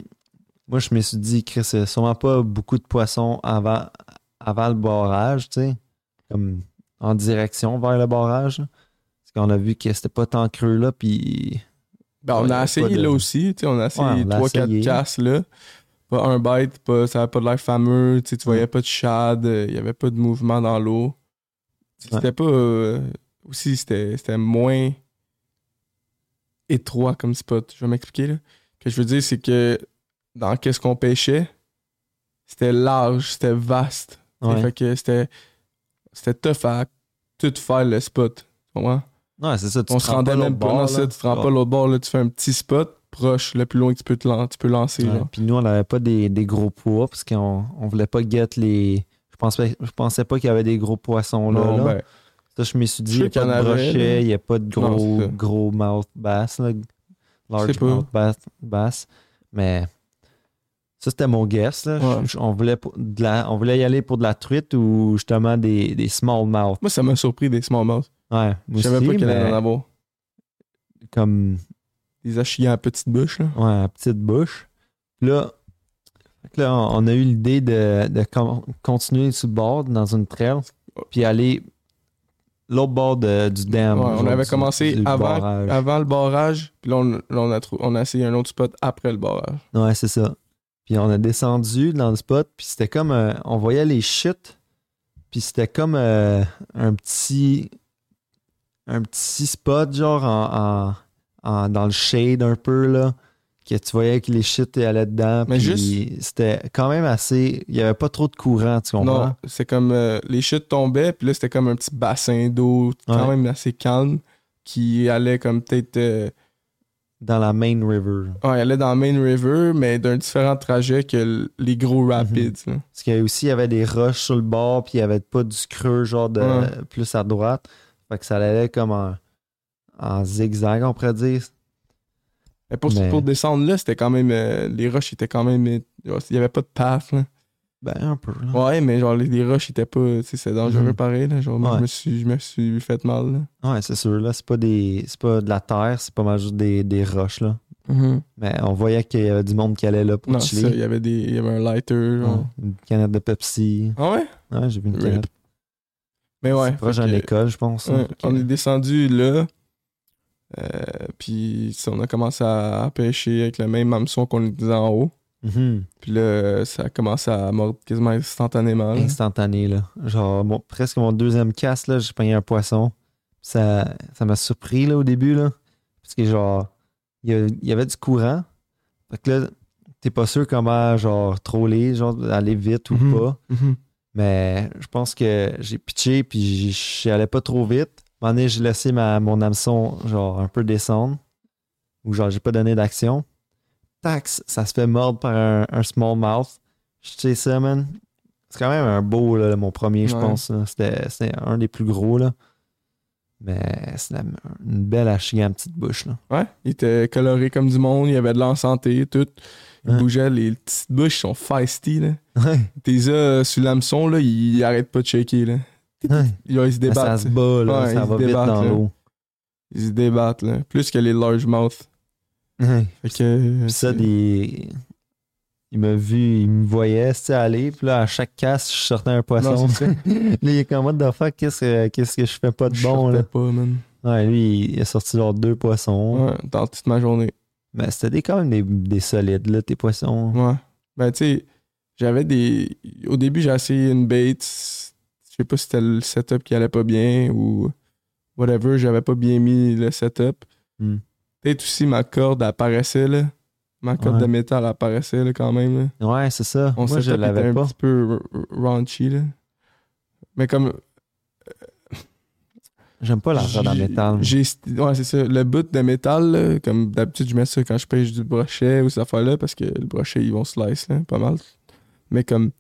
A: moi, je me suis dit, Chris, il y a sûrement pas beaucoup de poissons avant, avant le barrage, tu sais, comme en direction vers le barrage. là. Parce qu'on a vu que c'était pas tant creux là, puis.
B: Ben, on
A: Ouais, il y
B: a
A: avait
B: essayé
A: pas de-
B: là aussi, tu sais, on a
A: Ouais,
B: essayé
A: on l'a
B: trois quatre
A: essayé.
B: casses là. Pas un bite, pas, ça avait pas de l'air fameux, tu sais, tu voyais
A: Ouais.
B: pas de shad, euh, il y avait pas de mouvement dans l'eau. C'était
A: Ouais.
B: pas. euh, aussi, c'était c'était moins étroit comme spot. Je vais m'expliquer là. Ce que je veux dire, c'est que dans qu'est-ce qu'on pêchait, c'était large, c'était vaste. tu sais,
A: Ouais.
B: Fait que c'était. C'était tough à tout faire le spot. Tu comprends?
A: Ouais, c'est ça, tu
B: on
A: te
B: se
A: rends
B: rendait
A: l'autre
B: même pas.
A: bord,
B: non,
A: là.
B: ça, tu te rends pas l'autre bord, là, tu fais un petit spot proche, le plus loin que tu peux, te lan- tu peux lancer.
A: Ouais,
B: genre.
A: Puis nous, on n'avait pas des, des gros poids, parce qu'on on voulait pas guette les. Je pensais, je pensais pas qu'il y avait des gros poissons là.
B: Non,
A: là.
B: ben,
A: Ça, je me suis dit,
B: Je
A: il n'y a pas
B: sais qu'il y
A: de
B: en avait, là.
A: brochet, il n'y a pas de
B: Non,
A: gros,
B: c'est ça.
A: gros mouth bass, là,
B: Je
A: large
B: sais pas.
A: mouth bass, bass. Mais ça, c'était mon guess. là.
B: Ouais.
A: Je- je- on, voulait pour- de la- on voulait y aller pour de la truite ou justement des, des small mouth.
B: moi, ça m'a surpris des small mouths.
A: Ouais,
B: Je
A: moi
B: savais
A: aussi, ben-
B: pas qu'il allait
A: mais
B: en avoir.
A: comme
B: Des achillants à petite bouche. Là.
A: ouais, à petite bouche. Puis Là, fait que là, on on a eu l'idée de, de com- continuer sur le bord dans une trail, puis aller l'autre bord de- du dam.
B: Ouais, on
A: genre,
B: avait
A: du-
B: commencé
A: du
B: avant-
A: barrage.
B: Avant le barrage, puis là, on, là, on, a trou- on a essayé un autre spot après le barrage.
A: Ouais, c'est ça. Puis on a descendu dans le spot, puis c'était comme. euh, on voyait les chutes, puis c'était comme euh, un petit. Un petit spot, genre en, en- en- dans le shade un peu, là. Que tu voyais que les chutes allaient dedans.
B: Mais
A: puis
B: juste-
A: C'était quand même assez. Il n'y avait pas trop de courant, tu comprends?
B: Non, c'est comme euh, les chutes tombaient, puis là, c'était comme un petit bassin d'eau quand
A: Ouais.
B: même assez calme qui allait comme peut-être. euh,
A: Dans la main river.
B: ouais, il allait dans Main River, mais d'un différent trajet que l- les gros
A: Mhm.
B: rapids. là.
A: Parce qu'il y avait aussi, il y avait des roches sur le bord, puis il n'y avait pas du creux, genre de
B: Ouais.
A: plus à droite. Fait que ça allait comme en, en zigzag, on pourrait dire.
B: Mais pour,
A: Mais-
B: pour descendre là, c'était quand même. euh, les roches étaient quand même. euh, Il n'y avait pas de path. Là.
A: Ben, un peu. là.
B: Ouais, mais genre, les, les roches étaient pas. tu sais, C'était dangereux
A: Mhm.
B: pareil. Là, genre, moi, je,
A: Ouais.
B: me suis, je me suis fait mal. Là.
A: Ouais, c'est sûr. Là, c'est pas des. C'est pas de la terre, c'est pas mal juste des, des roches, là. Mais on voyait qu'il y avait du monde qui allait là pour
B: Non, hein. c'est ça, il
A: chiller.
B: y avait des. Il y avait un lighter. genre.
A: Ouais, Une canette de Pepsi.
B: Ah ouais?
A: Ouais, j'ai vu une
B: Rip.
A: canette.
B: Mais ouais.
A: c'est proche
B: fait
A: d'une
B: que-
A: école, je pense.
B: Ouais,
A: hein. Fait que-
B: On est descendu là. euh, puis ça, on a commencé à, à pêcher avec le même hameçon qu'on était en haut.
A: Mhm.
B: Puis là, ça a commencé à mordre quasiment instantanément. là.
A: Instantané, là. Genre, mon- presque mon deuxième casse, là, j'ai pogné un poisson. Ça ça m'a surpris, là, au début, là. Parce que, genre, il y, a- il y avait du courant. Fait que là, t'es pas sûr comment, genre, troller, genre, aller vite ou
B: Mhm.
A: pas. Mais je pense que j'ai pitché, puis j'y- j'y allais pas trop vite. À un moment donné, j'ai laissé ma, mon hameçon, genre, un peu descendre. Ou genre, j'ai pas donné d'action. Tax, ça se fait mordre par un, un small mouth. Je sais ça, man. C'est quand même un beau, là, mon premier, je
B: Ouais.
A: pense. là. C'était c'était un des plus gros, là. Mais c'est la- une belle hachée en petite bouche, là.
B: Ouais, il était coloré comme du monde, il avait de l'ensanté, tout. Il
A: Ouais.
B: bougeait, les petites bouches sont feisty, là. Tes œufs sur l'hameçon, là, ils arrêtent pas de shaker, là. Genre, Ils se
A: Mais Ben, ça
B: débattent.
A: se bat, là.
B: Ouais,
A: ça
B: ils
A: va
B: se
A: vite
B: débattent,
A: dans
B: là.
A: l'eau.
B: Ils se débattent, là. Plus que les large mouth.
A: Ouais.
B: Fait que. euh,
A: Puis ça,
B: c'est-
A: des... il m'a vu, il me voyait tu sais, aller. Puis là, à chaque casse, je sortais un poisson.
B: Non, c'est ça.
A: là, il est comme, what the fuck, qu'est-ce que, qu'est-ce que je fais pas de
B: Je
A: bon,
B: sortais
A: là?
B: pas, man.
A: Ouais, lui, il a sorti genre deux poissons.
B: Ouais, dans toute ma journée.
A: Mais c'était des- quand même des, des solides, là, tes poissons.
B: Ouais. Ben, tu sais, j'avais des. Au début, j'ai essayé une bait. Je sais pas si c'était le setup qui allait pas bien ou whatever. J'avais pas bien mis le setup.
A: Hmm.
B: Peut-être aussi ma corde apparaissait, là. Ma corde
A: Ouais.
B: de métal apparaissait, là, quand même. là.
A: Ouais, c'est ça.
B: Mon
A: Moi, je
B: setup était
A: l'avais
B: un
A: pas.
B: petit peu r- r- raunchy, là. Mais comme.
A: J'aime pas la rade en
B: j'ai-
A: métal.
B: j'ai- Ouais, c'est ça. Le bout de métal, là, comme d'habitude, je mets ça quand je pêche du brochet ou cette affaire-là, parce que le brochet, ils vont slice, là, pas mal. Mais comme.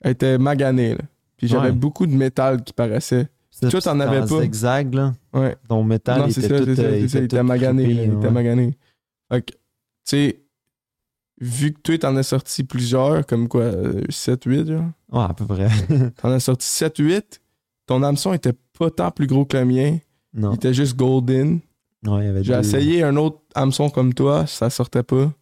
B: Elle était maganée, là. Puis j'avais
A: Ouais.
B: beaucoup de métal qui paraissait.
A: Ça,
B: toi, t'en
A: c'est
B: avais pas.
A: zigzag, là.
B: Ouais.
A: Ton métal,
B: non,
A: il
B: c'est
A: était
B: ça,
A: tout...
B: c'est ça,
A: euh,
B: c'est ça. Il
A: tout
B: était magané,
A: crispé,
B: là, il était
A: ouais.
B: magané. Fait que, tu sais, vu que toi, t'en as sorti plusieurs, comme quoi, 7-8, genre.
A: Ouais, à peu près.
B: T'en as sorti 7-8. Ton hameçon était pas tant plus gros que le mien.
A: non.
B: Il était juste golden.
A: Ouais, il y avait
B: J'ai
A: deux-
B: essayé un autre hameçon comme toi, ça sortait pas.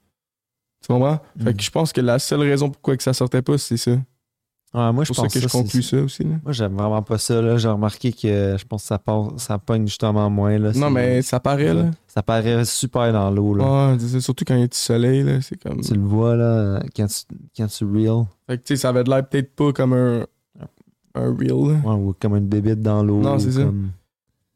B: Tu comprends? Fait
A: Mm.
B: que je pense que la seule raison pourquoi que ça sortait pas, c'est ça.
A: Ouais, moi, je
B: C'est pour ça
A: pense
B: que je
A: c'est-
B: conclue ça aussi. là.
A: Moi, j'aime vraiment pas ça. là. J'ai remarqué que je pense que ça, part- ça pogne justement moins. Là.
B: Non,
A: C'est-
B: mais ça paraît, là.
A: Ça paraît super dans l'eau. là.
B: Ouais, c'est ça, surtout quand il y a du soleil, là. C'est comme.
A: Tu le vois, là, quand tu, quand tu reels,
B: Fait que, tu sais, ça avait de l'air peut-être pas comme un. Un reel, là.
A: ouais, ou comme une bébite dans l'eau.
B: Non,
A: ou
B: c'est ça.
A: comme-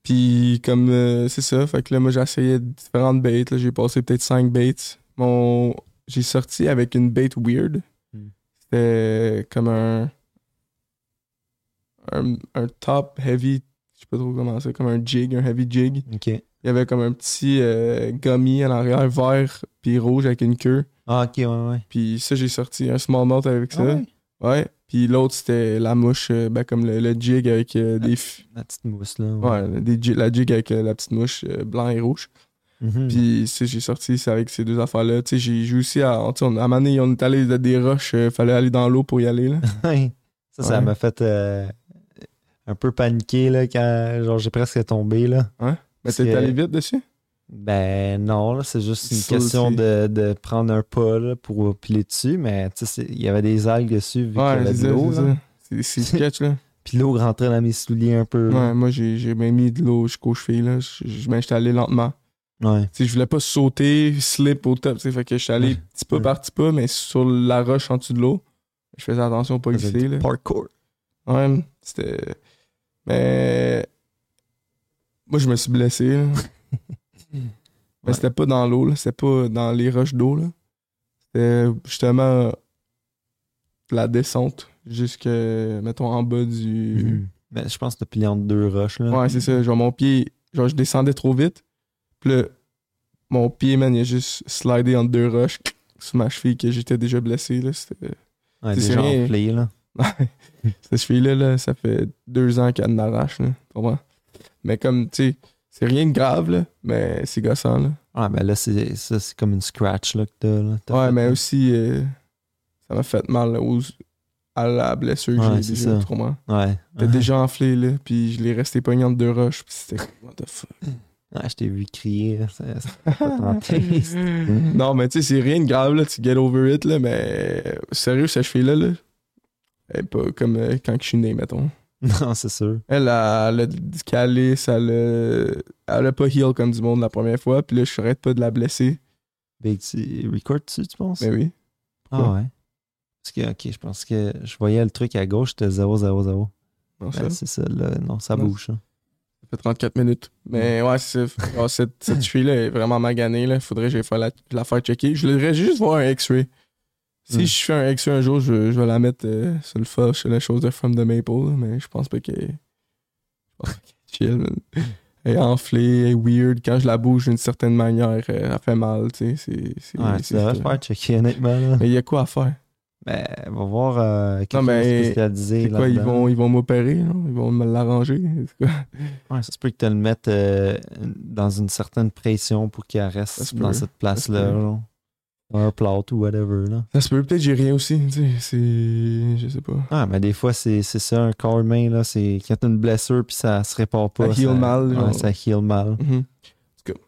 B: Puis comme euh, c'est ça, fait que là moi j'ai essayé différentes baits, là j'ai passé peut-être 5 baits. Mon j'ai sorti avec une bait weird.
A: Hmm.
B: C'était comme un, un un top heavy, je sais pas trop comment ça, comme un jig, un heavy jig.
A: Ok.
B: Il y avait comme un petit euh, gummy à l'arrière vert puis rouge avec une queue.
A: Ah, ok, ouais, ouais.
B: Puis ça j'ai sorti un smallmouth avec ça.
A: Ah
B: ouais.
A: ouais,
B: Puis l'autre c'était la mouche euh, ben comme le, le jig avec euh, des f-
A: La petite mousse, là.
B: ouais, des ji- la jig avec euh, la petite mouche euh, blanc et rouge.
A: Mhm.
B: Puis, tu sais, j'ai sorti ça avec ces deux affaires-là. Tu sais, j'ai joué aussi à. tu sais, on- à un moment donné, on est allé dans des roches, euh, fallait aller dans l'eau pour y aller. Là. Ben,
A: Ouais. ça, ça
B: Ouais.
A: m'a fait euh, un peu paniquer, là, quand genre, j'ai presque tombé, là.
B: Mais
A: Parce
B: t'es
A: que-
B: allé vite dessus?
A: Ben non, là, c'est juste une
B: Ça
A: question
B: aussi.
A: de, de prendre un pas là, pour piler dessus, mais tu sais, c'est- il y avait des algues dessus vu qu'il y
B: Ouais,
A: avait
B: c'est
A: de
B: ça,
A: l'eau.
B: c'est
A: là.
B: ça. C'est c'est sketch, là.
A: Puis l'eau rentrait dans mes souliers un peu. là.
B: Ouais, moi, j'ai j'ai bien mis de l'eau jusqu'aux chevilles, là. Je- je- Mais j'étais allé lentement.
A: Ouais.
B: Tu sais, je voulais pas sauter, slip au top, tu sais. Fait que j'étais allé
A: Ouais.
B: petit peu
A: Ouais.
B: par petit peu, mais sur la roche en dessous de l'eau. Je faisais attention à pas
A: Faisait
B: glisser,
A: du
B: là.
A: Parkour.
B: Ouais, c'était. Mais. Moi, je me suis blessé, là. Mais
A: Ouais.
B: c'était pas dans l'eau, là. C'était pas dans les roches d'eau, là. C'était justement euh, la descente jusque, mettons, en bas du.
A: Mhm. Mais je pense que t'as pilé entre deux roches. Là.
B: Ouais, c'est ça. Genre, mon pied, genre, je descendais trop vite. Puis là, mon pied, man, il a juste slidé entre deux roches sous ma cheville que j'étais déjà blessé, là. C'était.
A: Ouais,
B: c'est
A: déjà
B: rien.
A: enflé. Là.
B: Cette cheville-là, là, ça fait deux ans qu'elle m'arrache, là. tu comprends? Mais comme, tu sais, c'est rien de grave, là, mais c'est gossant, là.
A: Ouais, mais Ah, ben là, c'est, ça, c'est comme une scratch là, que t'as. Là, T'as
B: Ouais,
A: fait-
B: mais aussi, euh, ça m'a fait mal là, aux- à la blessure que
A: Ouais,
B: j'ai
A: c'est
B: déjà,
A: ça.
B: tu comprends?
A: Ouais.
B: T'es déjà enflé, là, puis je l'ai resté pognant de deux roches, puis c'était... What the fuck?
A: Ouais, je t'ai vu crier. là, ça- ça m'a pas tenté.
B: non, mais tu sais, c'est rien de grave, là, tu get over it, là, mais... Sérieux, cette cheville-là, là, elle est pas comme euh, quand je suis né, mettons.
A: non, c'est sûr.
B: Elle, a- elle a du calice, elle a, elle a pas heal comme du monde la première fois, puis là, je arrête pas de la blesser.
A: Ben, tu recordes tu tu penses?
B: Mais Ben, oui.
A: ah ouais. Parce que, ok, je pense que je voyais le truc à gauche, c'était 0, 0, 0.
B: Non, ça,
A: Ben, c'est ça, là. Non, ça
B: Non.
A: bouge. ça.
B: Ça fait 34 minutes. Mais ouais, c'est oh, cette, cette cheville-là est vraiment maganée. Là. Faudrait que j'aille faire la, la faire checker. Je voudrais juste voir un X-ray. Si
A: Mm.
B: je fais un X-ray un jour, je, je vais la mettre euh, sur le flush, sur la chose de From the Maple. là, mais je pense pas qu'elle je pense pas qu'elle est chill, man. Elle est enflée, elle est weird. Quand je la bouge d'une certaine manière, euh, elle fait mal. Tu sais, c'est. c'est-
A: Ouais,
B: c'est-
A: tu devrais
B: c'est-
A: faire checker, honnêtement. Là.
B: Mais il y a quoi à faire?
A: Ben, on va voir euh, quelqu'un
B: mais
A: spécialisé
B: C'est
A: là
B: quoi, ils vont, ils vont m'opérer, non? ils vont me l'arranger. C'est quoi?
A: Ouais, ça se peut que tu le mettes euh, dans une certaine pression pour qu'il
B: Ça
A: reste
B: se
A: dans
B: peut.
A: cette
B: Ça
A: place-là.
B: se peut.
A: genre. Un plot ou whatever. Là.
B: Ça se peut, peut-être j'ai rien aussi, tu sais, c'est... Je sais pas.
A: Ah, mais des fois, c'est c'est ça, un corps humain, là, c'est quand t'as une blessure puis ça se répare pas.
B: Ça heal mal,
A: ouais,
B: genre.
A: ça heal mal.
B: Mhm. En tout cas,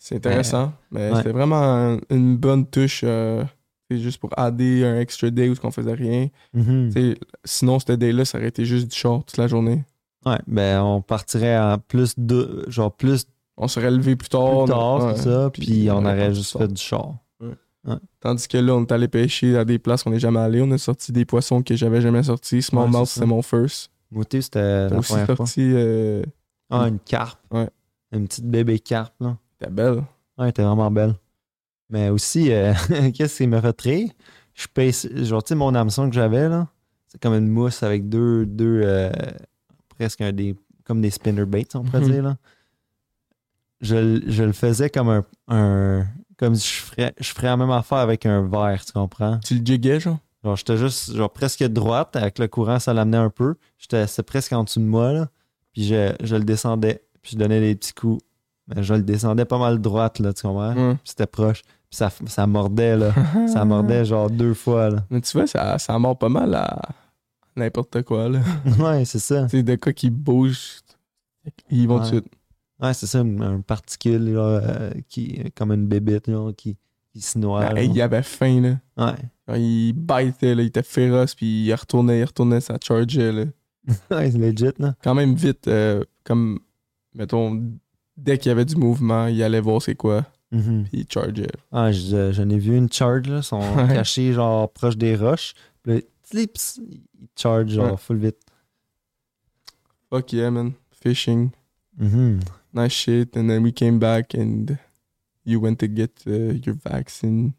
B: c'est intéressant, mais
A: ouais.
B: c'était vraiment un- une bonne touche, euh, c'est juste pour adder un extra day où on faisait rien.
A: Mhm.
B: Tu sais, Sinon, ce day-là, ça aurait été juste du short toute la journée.
A: Ouais, ben on partirait en plus de genre plus
B: On serait levé plus tard.
A: plus
B: on-
A: tard,
B: Oh, ouais.
A: tout ça, puis,
B: puis euh,
A: on
B: on aurait
A: aurait
B: pas
A: juste
B: du
A: fait
B: temps.
A: du char.
B: Tandis que là, on est allé pêcher à des places qu'on n'est jamais allé. On a sorti des poissons que j'avais jamais sortis. Smallmouth,
A: Ouais, c'est ça.
B: c'était mon first.
A: Mouté, c'était la
B: aussi
A: première fois.
B: sorti... Euh...
A: Ah, une carpe.
B: Ouais.
A: Une petite bébé carpe, là.
B: t'es belle.
A: Ouais, elle était vraiment belle. Mais aussi, euh, qu'est-ce qui m'a fait rire? Je pèse, genre, tu sais, mon hameçon que j'avais, là, c'est comme une mousse avec deux, deux euh, presque un des, comme des spinnerbaits, on pourrait
B: Mhm.
A: dire, là. Je, l- je le faisais comme un, un- comme si je ferais, je ferais la même affaire avec un verre, tu comprends?
B: Tu le jiggais, genre?
A: Genre, j'étais juste, genre, presque droite, avec le courant, ça l'amenait un peu. J'étais, c'était presque en dessous de moi, là. Puis je, je le descendais, puis je donnais des petits coups. Mais je le descendais pas mal droite, là, tu comprends?
B: Ouais.
A: Puis c'était proche. Puis ça, ça mordait, là.
B: Ah.
A: ça mordait genre deux fois, là.
B: Mais tu vois, ça, ça mord pas mal à n'importe quoi, là.
A: Ouais, c'est ça.
B: Tu sais, de quoi qui bouge, ils vont
A: Ouais.
B: tout de suite.
A: Ouais, c'est ça, une, une particule, là, euh, qui, comme une bébite, là, qui, qui se noie.
B: Ah,
A: là.
B: hey, il avait faim, là.
A: Ouais,
B: Genre, il baitait, là, il était féroce, puis il retournait, il retournait, ça chargeait, là.
A: ouais c'est legit, là.
B: Quand même vite, euh, comme, mettons, dès qu'il y avait du mouvement, il allait voir c'est quoi,
A: Mhm.
B: puis il chargeait.
A: Ah, je- j'en ai vu une charge, là. Ils sont
B: Ouais.
A: cachés, genre, proche des roches. Puis là, tlips, ils charge, genre,
B: Ouais.
A: full vite.
B: Fuck yeah, man. Fishing.
A: Mhm.
B: Nice shit. And then we came back and you went to get uh, your vaccination.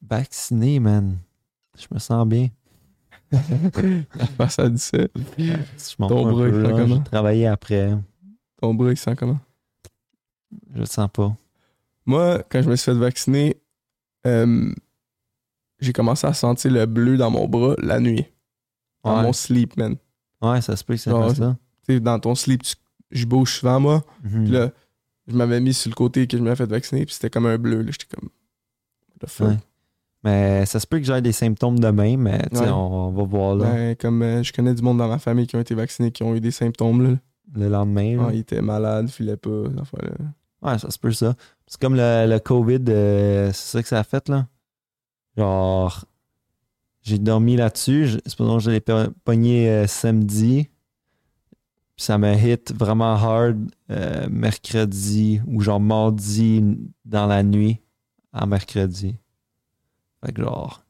A: Vacciné, man. Je me sens bien.
B: Bah, ça dit ça.
A: Je m'en
B: Ton
A: fous un
B: bras,
A: peu,
B: il fait
A: là.
B: comment?
A: J'ai travaillé après.
B: Ton bras, il sent comment?
A: Je le sens pas.
B: Moi, quand je me suis fait vacciner, euh, j'ai commencé à sentir le bleu dans mon bras la nuit. Dans
A: Ouais.
B: mon sleep, man.
A: Ouais, ça se peut que ça
B: Genre,
A: fasse ça.
B: Tu sais, dans ton sleep, tu- je bouge souvent, moi.
A: Mhm.
B: Puis là, je m'avais mis sur le côté que je m'avais fait vacciner, puis c'était comme un bleu. là. J'étais comme. What the fuck?
A: Ouais. Mais ça se peut que j'aie des symptômes demain, mais tu sais,
B: Ouais.
A: on, on va voir là,
B: Ben, comme euh, je connais du monde dans ma famille qui ont été vaccinés, qui ont eu des symptômes. Là.
A: le lendemain. là.
B: Ah, ils étaient malades, ils filaient pas. ces affaires-là.
A: Ouais, ça se peut ça. C'est comme le, le COVID, euh, c'est ça que ça a fait là. Genre, j'ai dormi là-dessus, je- supposons que je l'ai pe- pogné euh, samedi, puis ça me hit vraiment hard euh, mercredi ou genre mardi dans la nuit à mercredi. Fait que genre,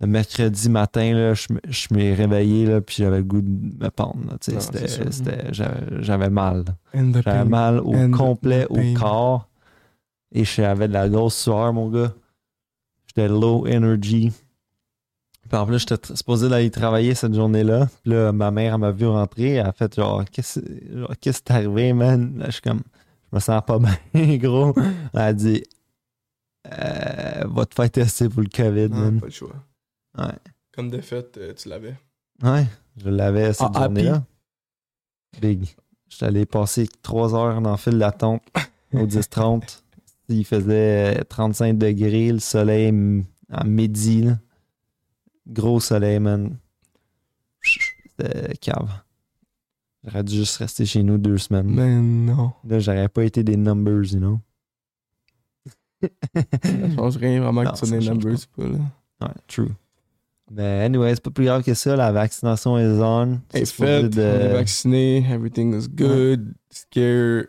A: le mercredi matin, là, je, me- je m'ai réveillé, là, puis j'avais le goût de me pendre. là, tu sais,
B: Non,
A: c'était-
B: Ah, c'est sûr.
A: c'était- J'avais j'avais mal.
B: And
A: J'avais
B: the pain.
A: mal au
B: and
A: complet,
B: the
A: au
B: pain.
A: corps. Et j'avais de la grosse sueur, mon gars. J'étais low energy. Puis en plus, j'étais tr- supposé d'aller travailler cette journée-là. Puis là, ma mère, elle m'a vu rentrer. Elle a fait genre, qu'est-ce genre, qu'est-ce qui t'est arrivé, man? Là, je suis comme, je me sens pas bien, gros. Elle a dit, euh, va te faire tester pour le COVID,
B: Non,
A: man.
B: Ah, pas le choix.
A: Ouais.
B: Comme de fait, euh, tu l'avais.
A: Ouais, je l'avais cette
B: Ah, happy.
A: journée-là. Big. J'étais allé passer trois heures dans le fil d'attente au 10-30. Il faisait euh, 35 degrés, le soleil m- à midi. là. Gros soleil, man. C'était cave. J'aurais dû juste rester chez nous deux semaines.
B: Mais non.
A: Là, j'aurais pas été des numbers, you know.
B: Ça change rien vraiment
A: Non,
B: que tu
A: ça
B: sois des
A: change
B: numbers ou pas. Là.
A: Ouais, true. Mais anyway, c'est pas plus grave que ça. La vaccination est on. C'est
B: Hey,
A: supposé
B: fait,
A: de-
B: on est vacciné, everything is good, scared.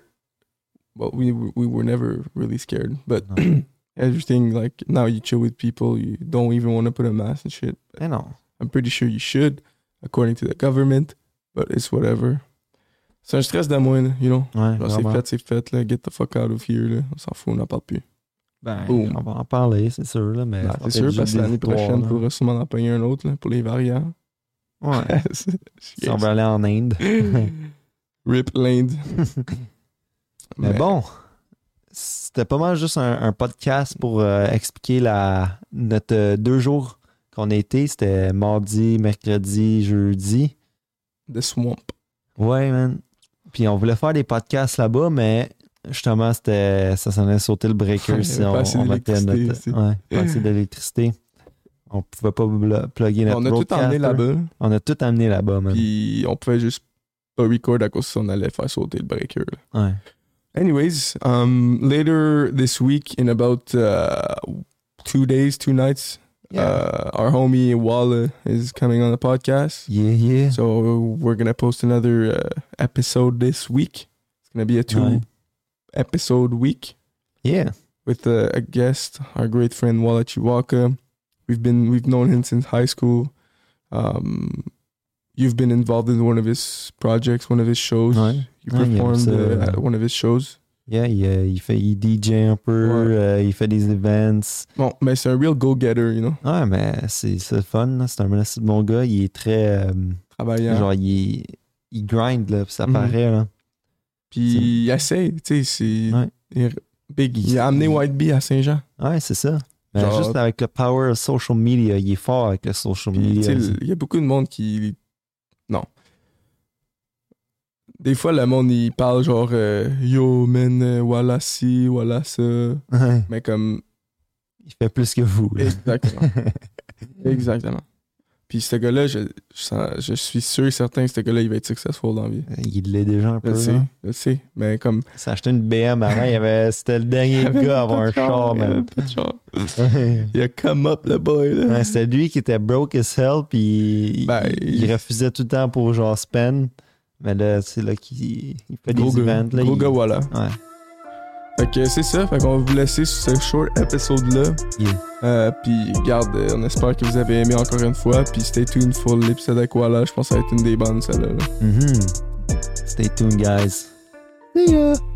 B: Well, we, we were never really scared, but
A: Non.
B: everything, like, now you chill with people, you don't even want to put a mask and shit.
A: Eh non.
B: I'm pretty sure you should, according to the government, but it's whatever. C'est un stress de moins, là, you know.
A: Ouais,
B: Genre, Bah, c'est
A: vraiment.
B: fait, c'est fait, là. Get the fuck out of here, là. On s'en fout, on n'en parle plus.
A: Ben,
B: Boom.
A: on va en parler, c'est sûr, là, mais.
B: Bah,
A: ça va
B: Oh. c'est
A: être
B: sûr,
A: juste
B: parce que
A: des
B: l'année
A: histoires,
B: prochaine,
A: là.
B: il faudra sûrement en payer un autre, là, pour les variants.
A: Ouais.
B: C'est-
A: si on veut aller en Inde.
B: Rip l'Inde.
A: Mais bon, c'était pas mal juste un, un podcast pour euh, expliquer la, notre euh, deux jours qu'on a été. C'était mardi, mercredi, jeudi.
B: The Swamp.
A: Ouais, man. Puis on voulait faire des podcasts là-bas, mais justement, c'était ça s'en est sauté le
B: Ouais,
A: breaker si
B: pas
A: on,
B: assez
A: on mettait
B: d'électricité,
A: notre.
B: c'est-
A: Ouais, pas assez d'électricité. On pouvait pas blo- plugger notre
B: on a tout
A: broadcaster.
B: emmené là-bas,
A: On a tout amené là-bas, man.
B: puis on pouvait juste pas record à cause de ça, on allait faire sauter le breaker. là.
A: Ouais.
B: Anyways, um, later this week, in about uh, two days, two nights,
A: Yeah.
B: uh, our homie Walla is coming on the podcast.
A: yeah, yeah.
B: So we're gonna post another uh, episode this week. It's gonna be a two
A: Nice.
B: episode week
A: Yeah.
B: with uh, a guest, our great friend Walla Chiwaka. We've been we've known him since high school. Um, you've been involved in one of his projects, one of his shows.
A: Ouais.
B: You
A: Ouais, il aime
B: performed
A: ça.
B: uh, at one of his shows.
A: Yeah, il, euh, il fait, il DJ un peu,
B: Ouais.
A: euh, il fait des events.
B: Bon, mais c'est un real go-getter, you know.
A: Ouais, mais c'est c'est le fun, là. c'est un menace de bon gars. Il est très. euh,
B: Travaillant.
A: Genre, il, il grind, là, puis ça
B: Mhm.
A: paraît. Là.
B: Puis il essaie, tu sais, c'est
A: Ouais.
B: il est big.
A: Il-
B: Il a amené White Bee à Saint-Jean.
A: Ouais, c'est ça. Mais
B: Genre-
A: juste avec le power of social media, il est fort avec le social
B: Puis, tu
A: media.
B: sais, il y a beaucoup de monde qui. Non. Des fois, le monde, il parle genre euh, Yo, man, euh, voilà ci, voilà ça.
A: Ouais,
B: Mais comme.
A: il fait plus que vous. là.
B: Exactement. Exactement. Puis ce gars-là, je, je sens- je suis sûr et certain que ce gars-là, il va être successful dans la vie.
A: il l'est déjà un peu.
B: Je
A: hein.
B: le sais,
A: là.
B: je le sais. Mais comme.
A: Il s'est acheté une BM avant, il avait- c'était le dernier gars à avoir un char,
B: Il avait
A: man.
B: pas de char.
A: Ouais.
B: Il a come up, le boy, là.
A: Ouais, c'était lui qui était broke as hell, puis il-
B: Ben,
A: il,
B: il-
A: refusait tout le temps pour genre spend. Mais là, c'est là qu'il il fait des
B: Gros gars,
A: events. Là,
B: gros
A: il-
B: gars, voilà.
A: Ouais.
B: Fait que c'est ça, fait qu'on va vous laisser sur ce short épisode-là.
A: Yeah.
B: Euh, puis garde, euh, on espère que vous avez aimé encore une fois. Puis stay tuned pour l'épisode avec Walla. Je pense que ça va être une des bonnes, celle-là. là.
A: Mhm. Stay tuned, guys. See ya!